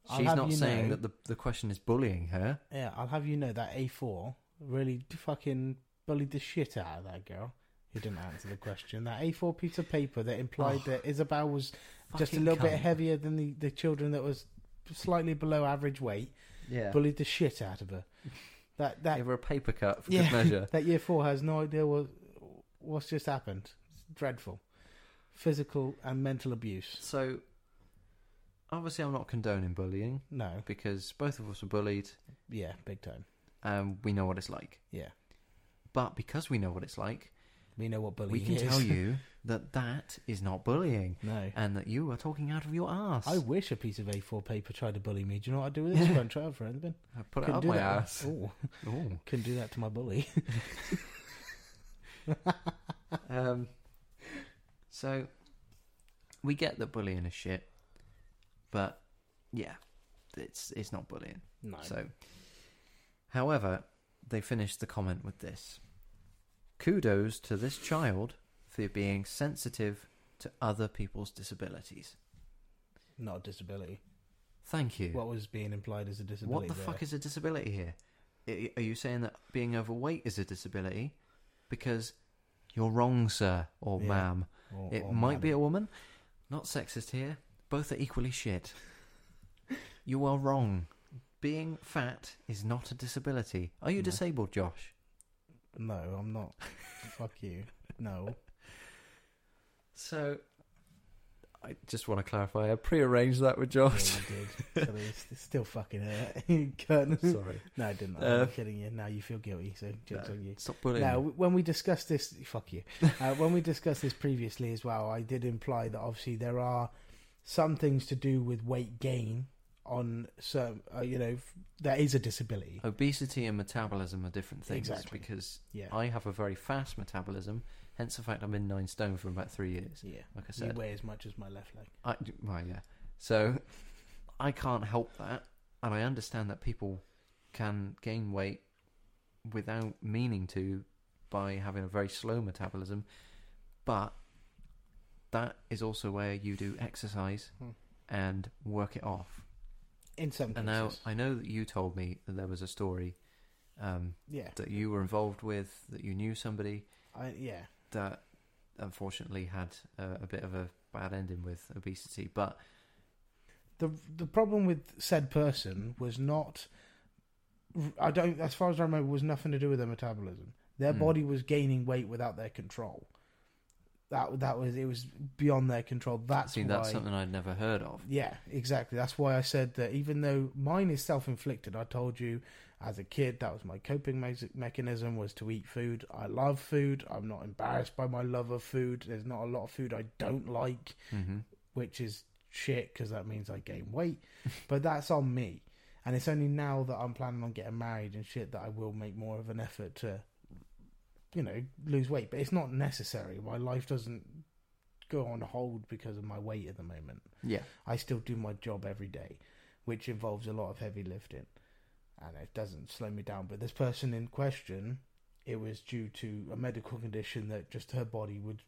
Speaker 4: I'll
Speaker 1: She's
Speaker 4: have
Speaker 1: not
Speaker 4: you
Speaker 1: saying
Speaker 4: know-
Speaker 1: that the, the question is bullying her.
Speaker 4: Yeah, I'll have you know that A four really fucking bullied the shit out of that girl. Who didn't answer the question? That A four piece of paper that implied
Speaker 1: Oh.
Speaker 4: that Isabel was just a
Speaker 1: Fucking
Speaker 4: little bit
Speaker 1: cunt.
Speaker 4: heavier than the, the children that was slightly below average weight.
Speaker 1: Yeah.
Speaker 4: bullied the shit out of her. That that
Speaker 1: Give her a paper cut for
Speaker 4: yeah,
Speaker 1: good measure.
Speaker 4: that year four has no idea what what's just happened. It's dreadful, physical and mental abuse.
Speaker 1: So, obviously, I'm not condoning bullying
Speaker 4: No,
Speaker 1: because both of us were bullied
Speaker 4: yeah, big time.
Speaker 1: and we know what it's like.
Speaker 4: Yeah,
Speaker 1: But because we know what it's like,
Speaker 4: we know what bullying
Speaker 1: we can
Speaker 4: is.
Speaker 1: tell you that that is not bullying
Speaker 4: no.
Speaker 1: and that you are talking out of your ass.
Speaker 4: I wish a piece of A4 paper tried to bully me. Do you know what I'd do with it? Just go and try it for in the bin.
Speaker 1: I put it
Speaker 4: Couldn't
Speaker 1: up
Speaker 4: do
Speaker 1: my
Speaker 4: that.
Speaker 1: ass.
Speaker 4: Ooh,
Speaker 1: Ooh.
Speaker 4: couldn't do that to my bully.
Speaker 1: Um, so, we get that bullying is shit, but yeah, it's it's not bullying.
Speaker 4: No.
Speaker 1: So, however, they finished the comment with this Kudos to this child for being sensitive to other people's disabilities.
Speaker 4: Not a disability.
Speaker 1: Thank you.
Speaker 4: What was being implied as a
Speaker 1: what
Speaker 4: disability?
Speaker 1: the
Speaker 4: there?
Speaker 1: fuck is a disability here? I- Are you saying that being overweight is a disability? Because you're wrong, sir or
Speaker 4: Yeah.
Speaker 1: ma'am.
Speaker 4: Or-
Speaker 1: It
Speaker 4: or
Speaker 1: might
Speaker 4: man.
Speaker 1: be a woman. Not sexist here. Both are equally shit. you are wrong. Being fat is not a disability. Are you
Speaker 4: No.
Speaker 1: disabled, Josh?
Speaker 4: No, I'm not. fuck you. No.
Speaker 1: So, I just want to clarify. I prearranged that with
Speaker 4: Yeah,
Speaker 1: Josh.
Speaker 4: you did. So it's, it's still fucking hurt. Curtain.
Speaker 1: Sorry,
Speaker 4: No, I didn't.
Speaker 1: Uh,
Speaker 4: I'm kidding you. Now you feel guilty, so joke's
Speaker 1: No.
Speaker 4: on you.
Speaker 1: stop bullying.
Speaker 4: Now,
Speaker 1: me.
Speaker 4: when we discussed this, fuck you. Uh, when we discussed this previously as well, I did imply that obviously there are some things to do with weight gain on some, uh, you know, f- that is a disability.
Speaker 1: Uh, Obesity and metabolism are different things
Speaker 4: Exactly.
Speaker 1: because
Speaker 4: Yeah,
Speaker 1: I have a very fast metabolism. Hence the fact I'm in nine stone for about three years.
Speaker 4: yeah.
Speaker 1: Like I
Speaker 4: You
Speaker 1: said,
Speaker 4: weigh as much as my left leg.
Speaker 1: I, well, yeah. So I can't help that, and I understand that people can gain weight without meaning to by having a very slow metabolism, but that is also where you do exercise
Speaker 4: Hmm.
Speaker 1: and work it off.
Speaker 4: In some cases,
Speaker 1: And now I know that you told me that there was a story um,
Speaker 4: yeah,
Speaker 1: that you were involved with, that you knew somebody
Speaker 4: I, yeah.
Speaker 1: that unfortunately had uh, a bit of a bad ending with obesity, but
Speaker 2: the the problem with said person was not. I don't, as far as I remember, was nothing to do with their metabolism. Their
Speaker 1: Hmm.
Speaker 2: body was gaining weight without their control. That that was it was beyond their control. That's
Speaker 1: See,
Speaker 2: why.
Speaker 1: that's something I'd never heard of.
Speaker 2: Yeah, exactly. That's why I said that even though mine is self inflicted, I told you as a kid that was my coping me- mechanism was to eat food. I love food. I'm not embarrassed by my love of food. There's not a lot of food I don't like,
Speaker 1: hmm
Speaker 2: which is shit because that means I gain weight. but that's on me. And it's only now that I'm planning on getting married and shit that I will make more of an effort to, you know, lose weight. But it's not necessary. My life doesn't go on hold because of my weight at the moment.
Speaker 1: Yeah.
Speaker 2: I still do my job every day, which involves a lot of heavy lifting, and it doesn't slow me down. But this person in question, it was due to a medical condition that just her body would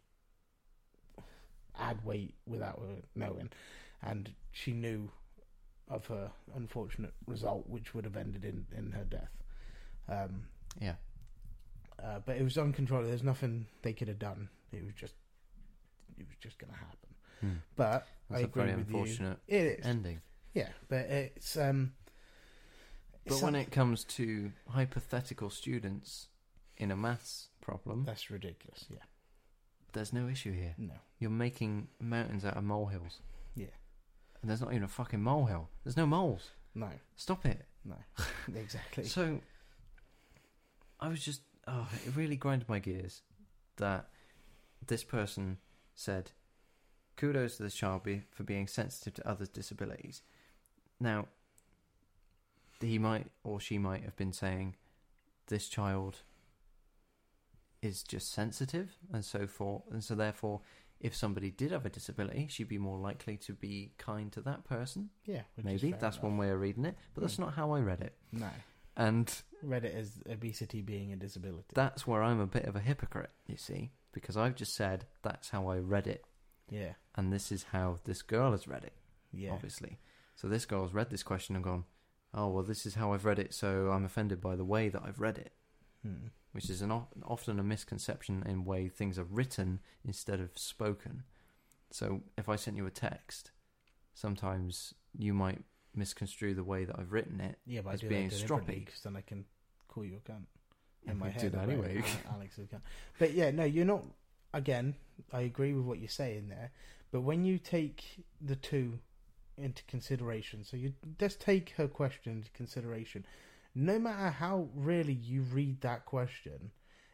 Speaker 2: add weight without her knowing, and she knew of her unfortunate result, which would have ended in in her death. Um,
Speaker 1: Yeah.
Speaker 2: uh, but it was uncontrollable. There's nothing they could have done. It was just, it was just going to happen.
Speaker 1: Hmm.
Speaker 2: But
Speaker 1: That's
Speaker 2: I
Speaker 1: a
Speaker 2: agree
Speaker 1: very
Speaker 2: with you.
Speaker 1: unfortunate
Speaker 2: It is.
Speaker 1: ending.
Speaker 2: yeah, but it's um.
Speaker 1: But when it comes to hypothetical students in a maths problem,
Speaker 2: that's ridiculous. Yeah.
Speaker 1: there's no issue here.
Speaker 2: No.
Speaker 1: You're making mountains out of molehills.
Speaker 2: Yeah.
Speaker 1: And there's not even a fucking molehill. There's no moles.
Speaker 2: No.
Speaker 1: Stop it.
Speaker 2: No. exactly.
Speaker 1: So I was just oh, it really grinded my gears that this person said kudos to this child be, for being sensitive to others' disabilities. Now he might or she might have been saying this child is just sensitive and so forth and so therefore if somebody did have a disability she'd be more likely to be kind to that person
Speaker 2: yeah. which is
Speaker 1: maybe
Speaker 2: fair
Speaker 1: that's
Speaker 2: enough.
Speaker 1: one way of reading it but that's
Speaker 2: Hmm.
Speaker 1: not how i read it
Speaker 2: No.
Speaker 1: and
Speaker 2: Read it as obesity being a disability.
Speaker 1: that's where I'm a bit of a hypocrite, you see, because I've just said that's how I read it,
Speaker 2: yeah.
Speaker 1: and this is how this girl has read it,
Speaker 2: Yeah.
Speaker 1: obviously. So this girl's read this question and gone, oh, well, this is how I've read it, so I'm offended by the way that I've read it,
Speaker 2: Hmm.
Speaker 1: which is an o- often a misconception in way things are written instead of spoken. So if I sent you a text, sometimes you might misconstrue the way that I've written it.
Speaker 2: Yeah, but
Speaker 1: It's
Speaker 2: I do
Speaker 1: being
Speaker 2: being
Speaker 1: stroppy.
Speaker 2: because then I can call you a cunt
Speaker 1: You
Speaker 2: in my
Speaker 1: do
Speaker 2: head.
Speaker 1: that
Speaker 2: I'm like,
Speaker 1: anyway.
Speaker 2: "Ah, Alex is a cunt. But yeah, no, you're not. Again, I agree with what you're saying there. But when you take the two into consideration, so you just take her question into consideration. No matter how really you read that question,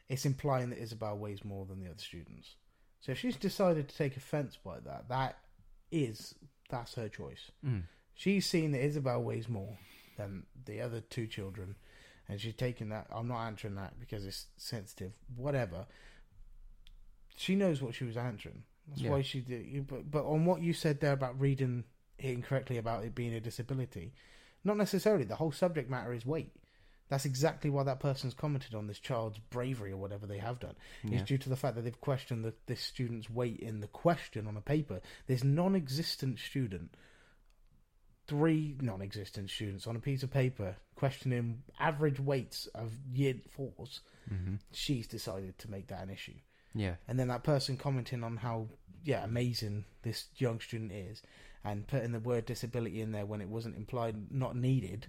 Speaker 2: it's implying that Isabel weighs more than the other students. So if she's decided to take offence by that, that is that's her choice
Speaker 1: Mm.
Speaker 2: she's seen that Isabel weighs more than the other two children, and she's taken that. I'm not answering that because it's sensitive. Whatever. She knows what she was answering. That's
Speaker 1: Yeah.
Speaker 2: why she did. you- But but on what you said there about reading it incorrectly about it being a disability, not necessarily. The whole subject matter is weight. That's exactly why that person's commented on this child's bravery or whatever they have done
Speaker 1: Yeah.
Speaker 2: is due to the fact that they've questioned the, this student's weight in the question on a paper. This non-existent student, three non-existent students on a piece of paper questioning average weights of year fours.
Speaker 1: hmm
Speaker 2: She's decided to make that an issue,
Speaker 1: Yeah.
Speaker 2: and then that person commenting on how yeah amazing this young student is, and putting the word disability in there when it wasn't implied not needed.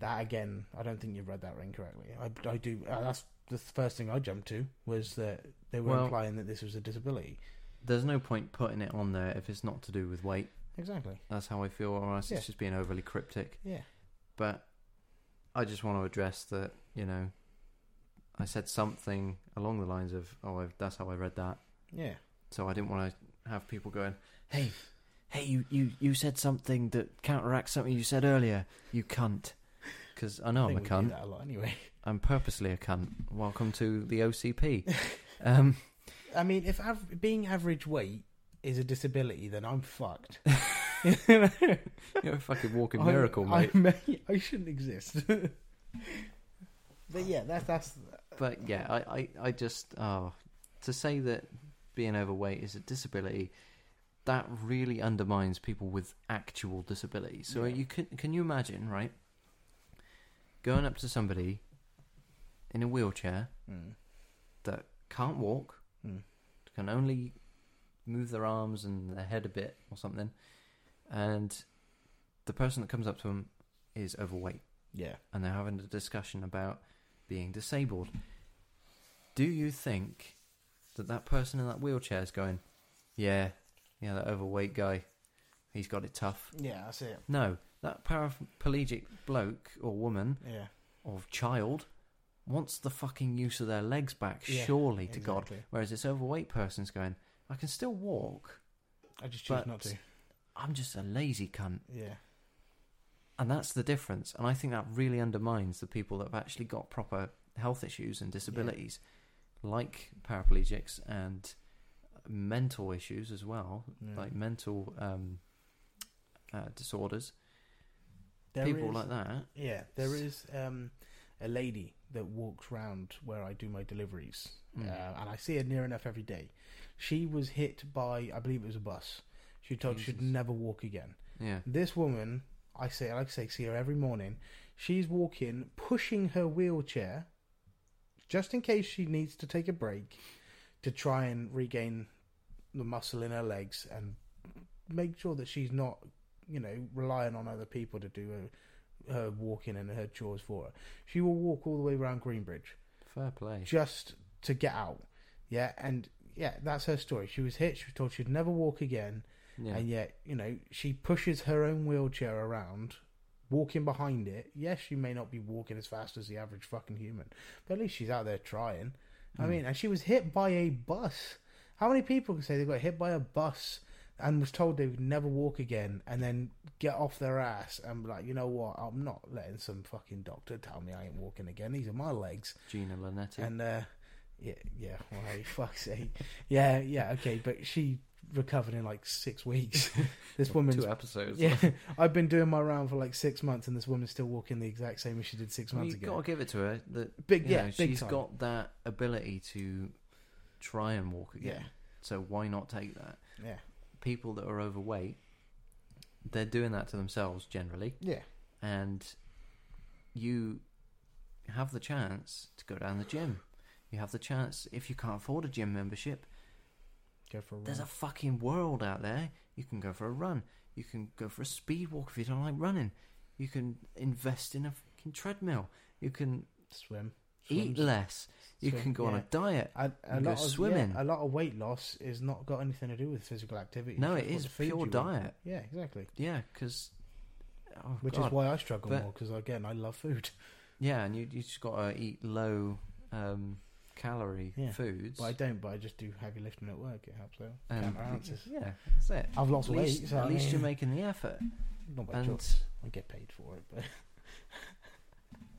Speaker 2: That again, I don't think you've read that incorrectly. I, I do. Uh, that's the first thing I jumped to was that they were
Speaker 1: Well-
Speaker 2: implying that this was a disability.
Speaker 1: There's no point putting it on there if it's not to do with weight.
Speaker 2: Exactly.
Speaker 1: That's how I feel, or else
Speaker 2: Yeah.
Speaker 1: it's just being overly cryptic.
Speaker 2: Yeah.
Speaker 1: But I just want to address that, you know, I said something along the lines of, oh, i that's how I read that.
Speaker 2: Yeah.
Speaker 1: So I didn't want to have people going, hey, hey, you, you, you said something that counteracts something you said earlier, you cunt. Because I know I'm
Speaker 2: I
Speaker 1: a
Speaker 2: think we do
Speaker 1: cunt.
Speaker 2: that a lot anyway.
Speaker 1: I'm purposely a cunt. Welcome to the OCP. um,
Speaker 2: I mean, if av- being average weight is a disability, then I'm fucked. You're
Speaker 1: you're a fucking walking miracle, mate.
Speaker 2: I, I shouldn't exist. but yeah, that's that's.
Speaker 1: But yeah, I, I, I just oh, to say that being overweight is a disability, that really undermines people with actual disabilities. So
Speaker 2: Yeah.
Speaker 1: you can can you imagine, right? Going up to somebody in a wheelchair
Speaker 2: Mm,
Speaker 1: that can't walk,
Speaker 2: Mm.
Speaker 1: can only move their arms and their head a bit or something, and the person that comes up to them is overweight
Speaker 2: Yeah.
Speaker 1: and they're having a discussion about being disabled. Do you think that that person in that wheelchair is going, yeah, yeah, that overweight guy, he's got it tough?
Speaker 2: Yeah, that's it.
Speaker 1: No, that paraplegic bloke or woman
Speaker 2: Yeah.
Speaker 1: or child wants the fucking use of their legs back,
Speaker 2: Yeah,
Speaker 1: surely to God.
Speaker 2: exactly.
Speaker 1: Whereas this overweight person's going, I can still walk.
Speaker 2: I just choose
Speaker 1: But-
Speaker 2: not to.
Speaker 1: I'm just a lazy cunt.
Speaker 2: Yeah.
Speaker 1: And that's the difference. And I think that really undermines the people that have actually got proper health issues and disabilities, like paraplegics and mental issues as well,
Speaker 2: Yeah.
Speaker 1: like mental um, uh, disorders.
Speaker 2: There
Speaker 1: people
Speaker 2: is-
Speaker 1: like that.
Speaker 2: Yeah, there is um, a lady that walks round where I do my deliveries,
Speaker 1: Mm.
Speaker 2: uh, and I see her near enough every day. She was hit by, I believe it was a bus. She told she'd
Speaker 1: Jesus.
Speaker 2: never walk again.
Speaker 1: Yeah.
Speaker 2: This woman, I say, like I say, see her every morning. She's walking, pushing her wheelchair, just in case she needs to take a break to try and regain the muscle in her legs and make sure that she's not, you know, relying on other people to do her, her walking and her chores for her. She will walk all the way around Greenbridge
Speaker 1: Fair play.
Speaker 2: just to get out. Yeah, and yeah, that's her story. She was hit. She was told she'd never walk again
Speaker 1: Yeah.
Speaker 2: and yet you know she pushes her own wheelchair around walking behind it yes she may not be walking as fast as the average fucking human but at least she's out there trying i
Speaker 1: Mm.
Speaker 2: mean and she was hit by a bus how many people can say they got hit by a bus and was told they would never walk again and then get off their ass and be like you know what i'm not letting some fucking doctor tell me i ain't walking again these are my legs
Speaker 1: Gina Linetti.
Speaker 2: and uh yeah yeah why fuck's sake yeah yeah okay but she recovered in like six weeks this woman's
Speaker 1: Two episodes.
Speaker 2: yeah i've been doing my round for like six months and this woman's still walking the exact same as she did six
Speaker 1: Well,
Speaker 2: months
Speaker 1: you've
Speaker 2: ago
Speaker 1: got to give it to her. That
Speaker 2: big
Speaker 1: you
Speaker 2: yeah
Speaker 1: know,
Speaker 2: big
Speaker 1: she's
Speaker 2: time.
Speaker 1: got that ability to try and walk again.
Speaker 2: yeah
Speaker 1: So why not take that?
Speaker 2: yeah
Speaker 1: People that are overweight, they're doing that to themselves generally,
Speaker 2: yeah
Speaker 1: and you have the chance to go down the gym. You have the chance if you can't afford a gym membership.
Speaker 2: go for a run
Speaker 1: There's a fucking world out there. You can go for a run. You can go for a speed walk if you don't like running. You can invest in a fucking treadmill. You can
Speaker 2: swim
Speaker 1: eat
Speaker 2: Swims.
Speaker 1: less. You
Speaker 2: Swim,
Speaker 1: can go on
Speaker 2: yeah.
Speaker 1: a diet.
Speaker 2: a, a
Speaker 1: You go
Speaker 2: lot of
Speaker 1: swimming.
Speaker 2: yeah, a lot of weight loss is not got anything to do with physical activity
Speaker 1: No,
Speaker 2: It's
Speaker 1: it
Speaker 2: what
Speaker 1: is
Speaker 2: the food you
Speaker 1: pure
Speaker 2: eat.
Speaker 1: diet.
Speaker 2: yeah exactly
Speaker 1: Yeah, because oh
Speaker 2: which
Speaker 1: God.
Speaker 2: is why i struggle more
Speaker 1: But-
Speaker 2: 'cause more because again i love food
Speaker 1: yeah, and you you just got to eat low um, calorie
Speaker 2: Yeah.
Speaker 1: foods.
Speaker 2: but i don't but i just do heavy lifting at work it helps out
Speaker 1: and-
Speaker 2: counterbalances
Speaker 1: yeah, that's it.
Speaker 2: I've lost
Speaker 1: at least,
Speaker 2: weight, so
Speaker 1: at
Speaker 2: I
Speaker 1: least
Speaker 2: mean-
Speaker 1: you're making the effort.
Speaker 2: Not by
Speaker 1: And
Speaker 2: choice. I get paid for it, but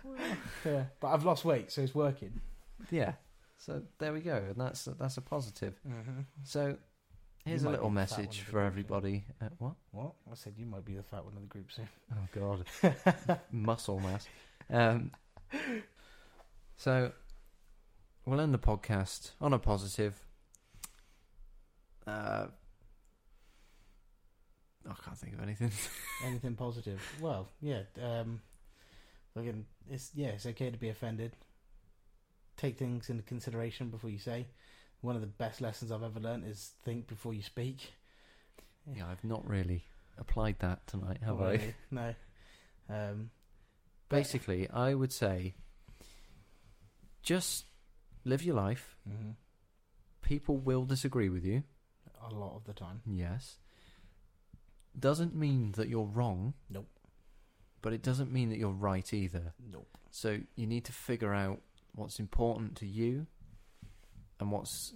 Speaker 2: yeah. But I've lost weight, so it's working.
Speaker 1: yeah, so there we go, and that's that's a positive. So here's
Speaker 2: Mm-hmm. You
Speaker 1: a little
Speaker 2: might be the fat one
Speaker 1: message
Speaker 2: of the
Speaker 1: for
Speaker 2: group,
Speaker 1: everybody. Uh, what?
Speaker 2: What I said, you might be the fat one of the group soon.
Speaker 1: Oh God, muscle mass. Um, so we'll end the podcast on a positive. Uh, I can't think of anything.
Speaker 2: Anything positive? Well, yeah. Um, fucking, it's yeah, it's okay to be offended. Take things into consideration before you say. One of the best lessons I've ever learned is think before you speak.
Speaker 1: Yeah, I've not really applied that tonight, have
Speaker 2: Or, uh,
Speaker 1: I?
Speaker 2: No. Um, but-
Speaker 1: Basically, I would say just live your life.
Speaker 2: mhm,
Speaker 1: People will disagree with you.
Speaker 2: a lot of the time.
Speaker 1: Yes. Doesn't mean that you're wrong.
Speaker 2: Nope.
Speaker 1: But it doesn't mean that you're right either.
Speaker 2: Nope.
Speaker 1: So you need to figure out what's important to you and what's,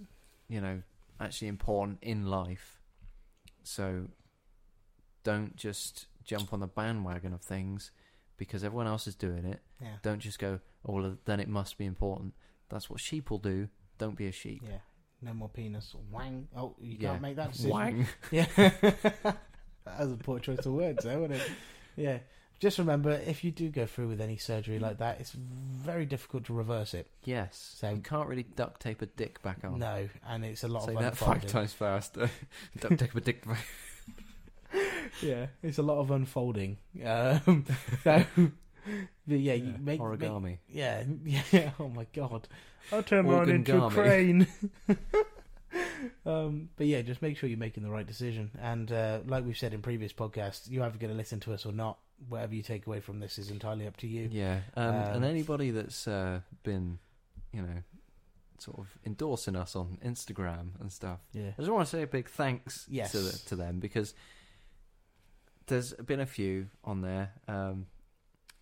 Speaker 1: you know, actually important in life. So don't just jump on the bandwagon of things because everyone else is doing it.
Speaker 2: Yeah.
Speaker 1: Don't just go, oh, well, then it must be important. That's what sheep will do. Don't be a sheep.
Speaker 2: Yeah. No more penis. Wang. Oh, you
Speaker 1: Yeah.
Speaker 2: can't make that decision.
Speaker 1: Wang.
Speaker 2: Yeah. that was a poor choice of words, though, wasn't it? Yeah. Just remember, if you do go through with any surgery like that, it's very difficult to reverse it.
Speaker 1: Yes.
Speaker 2: So-
Speaker 1: you can't really duct tape a dick back on.
Speaker 2: No, and it's a lot
Speaker 1: Oh. Say
Speaker 2: of
Speaker 1: that five
Speaker 2: unfolding.
Speaker 1: times faster. duct tape a dick back.
Speaker 2: Yeah, it's a lot of unfolding. Um, so, but yeah, you make, make
Speaker 1: Origami.
Speaker 2: yeah, yeah. Oh my god,
Speaker 4: I'll turn
Speaker 1: Organ
Speaker 4: mine into a
Speaker 1: garment.
Speaker 4: crane. um, but yeah, just make sure you're making the right decision. And uh, like we've said in previous podcasts, you're either going to listen to us or not. Whatever you take away from this is entirely up to you.
Speaker 1: Yeah, and,
Speaker 4: Um,
Speaker 1: and anybody that's uh, been, you know, sort of endorsing us on Instagram and stuff,
Speaker 4: Yeah.
Speaker 1: I just want to say a big thanks
Speaker 4: Yes.
Speaker 1: to, the, to them because there's been a few on there. Um,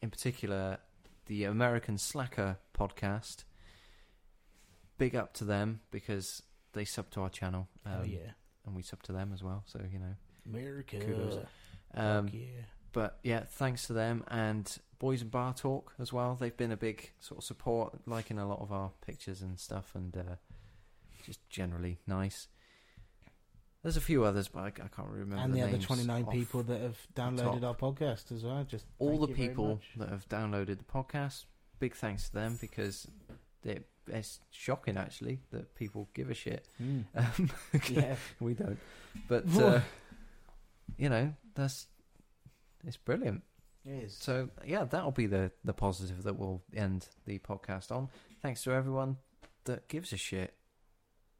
Speaker 1: in particular, the American Slacker podcast. Big up to them because they sub to our channel. Um,
Speaker 4: oh yeah.
Speaker 1: And we sub to them as well. So, you know.
Speaker 4: America.
Speaker 1: kudos.
Speaker 4: Um,
Speaker 1: Um,
Speaker 4: yeah.
Speaker 1: but yeah, thanks to them and Boys and Bar Talk as well. They've been a big sort of support, liking a lot of our pictures and stuff, and uh, just generally nice. There's a few others, but I, I can't remember.
Speaker 4: And the,
Speaker 1: the
Speaker 4: other
Speaker 1: names
Speaker 4: 29
Speaker 1: off.
Speaker 4: people that have downloaded our podcast as well. Just
Speaker 1: all
Speaker 4: thank
Speaker 1: the
Speaker 4: you very
Speaker 1: people
Speaker 4: much.
Speaker 1: that have downloaded the podcast. Big thanks to them because they it's shocking actually that people give a shit.
Speaker 4: Mm.
Speaker 1: Um,
Speaker 4: yeah.
Speaker 1: we don't, but uh, you know that's it's brilliant.
Speaker 4: It is.
Speaker 1: So yeah, that'll be the the positive that we'll end the podcast on. Thanks to everyone that gives a shit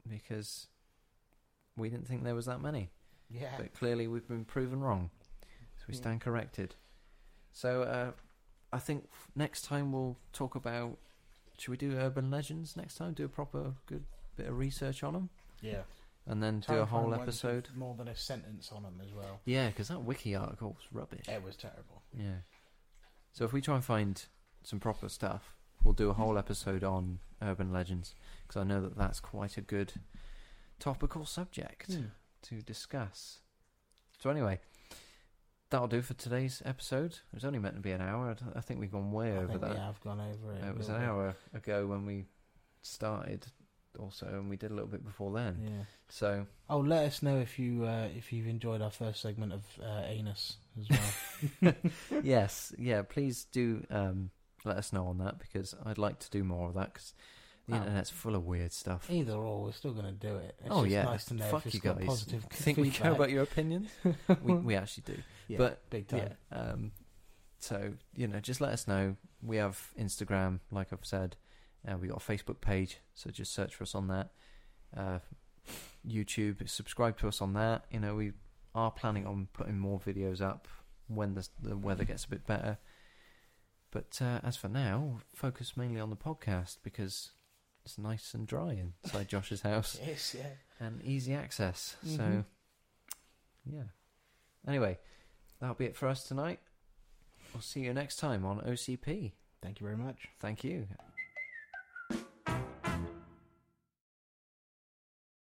Speaker 1: because we didn't think there was that many,
Speaker 4: yeah. Hmm.
Speaker 1: but clearly we've been proven wrong, so we
Speaker 4: Yeah.
Speaker 1: stand corrected. So uh, I think f- next time we'll talk about. Should we do urban legends next time? Do a proper good bit of research on them,
Speaker 4: Yeah.
Speaker 1: and then
Speaker 4: Try
Speaker 1: do a
Speaker 4: and find
Speaker 1: whole
Speaker 4: ones with
Speaker 1: episode.
Speaker 4: More than a sentence on them as well.
Speaker 1: Yeah, because that wiki article was rubbish.
Speaker 4: It was terrible.
Speaker 1: Yeah. So if we try and find some proper stuff, we'll do a whole episode on urban legends because I know that that's quite a good topical subject
Speaker 4: Hmm.
Speaker 1: to discuss. So anyway, that'll do for today's episode. It was only meant to be an hour. I d- I think we've gone way
Speaker 4: I
Speaker 1: over
Speaker 4: think
Speaker 1: that.
Speaker 4: we have gone over it.
Speaker 1: it was
Speaker 4: a
Speaker 1: an
Speaker 4: little
Speaker 1: hour ago when we started, also, and we did a little bit before
Speaker 4: bit.
Speaker 1: then.
Speaker 4: Yeah.
Speaker 1: So
Speaker 4: Oh, let us know if you uh, if you've enjoyed our first segment of uh, anus as well.
Speaker 1: yes, yeah. Please do um, let us know on that because I'd like to do more of that because the
Speaker 4: Oh.
Speaker 1: internet's full of weird stuff.
Speaker 4: Either or, we're still going to do it. It's
Speaker 1: oh
Speaker 4: just
Speaker 1: yeah,
Speaker 4: nice to know
Speaker 1: fuck
Speaker 4: if it's
Speaker 1: you
Speaker 4: got
Speaker 1: guys.
Speaker 4: positive
Speaker 1: I think we
Speaker 4: feedback.
Speaker 1: care about your opinions. we, we actually do,
Speaker 4: Yeah,
Speaker 1: but
Speaker 4: big time.
Speaker 1: yeah. Um, so you know, just let us know. We have Instagram, like I've said. Uh, we got a Facebook page, so just search for us on that. Uh, YouTube, subscribe to us on that. You know, we are planning on putting more videos up when the, the weather gets a bit better. But uh, as for now, focus mainly on the podcast because it's nice and dry inside Josh's house
Speaker 4: Yes, yeah.
Speaker 1: and easy access. So,
Speaker 4: Mhm.
Speaker 1: yeah. Anyway, that'll be it for us tonight. We'll see you next time on OCP.
Speaker 4: Thank you very much.
Speaker 1: Thank you.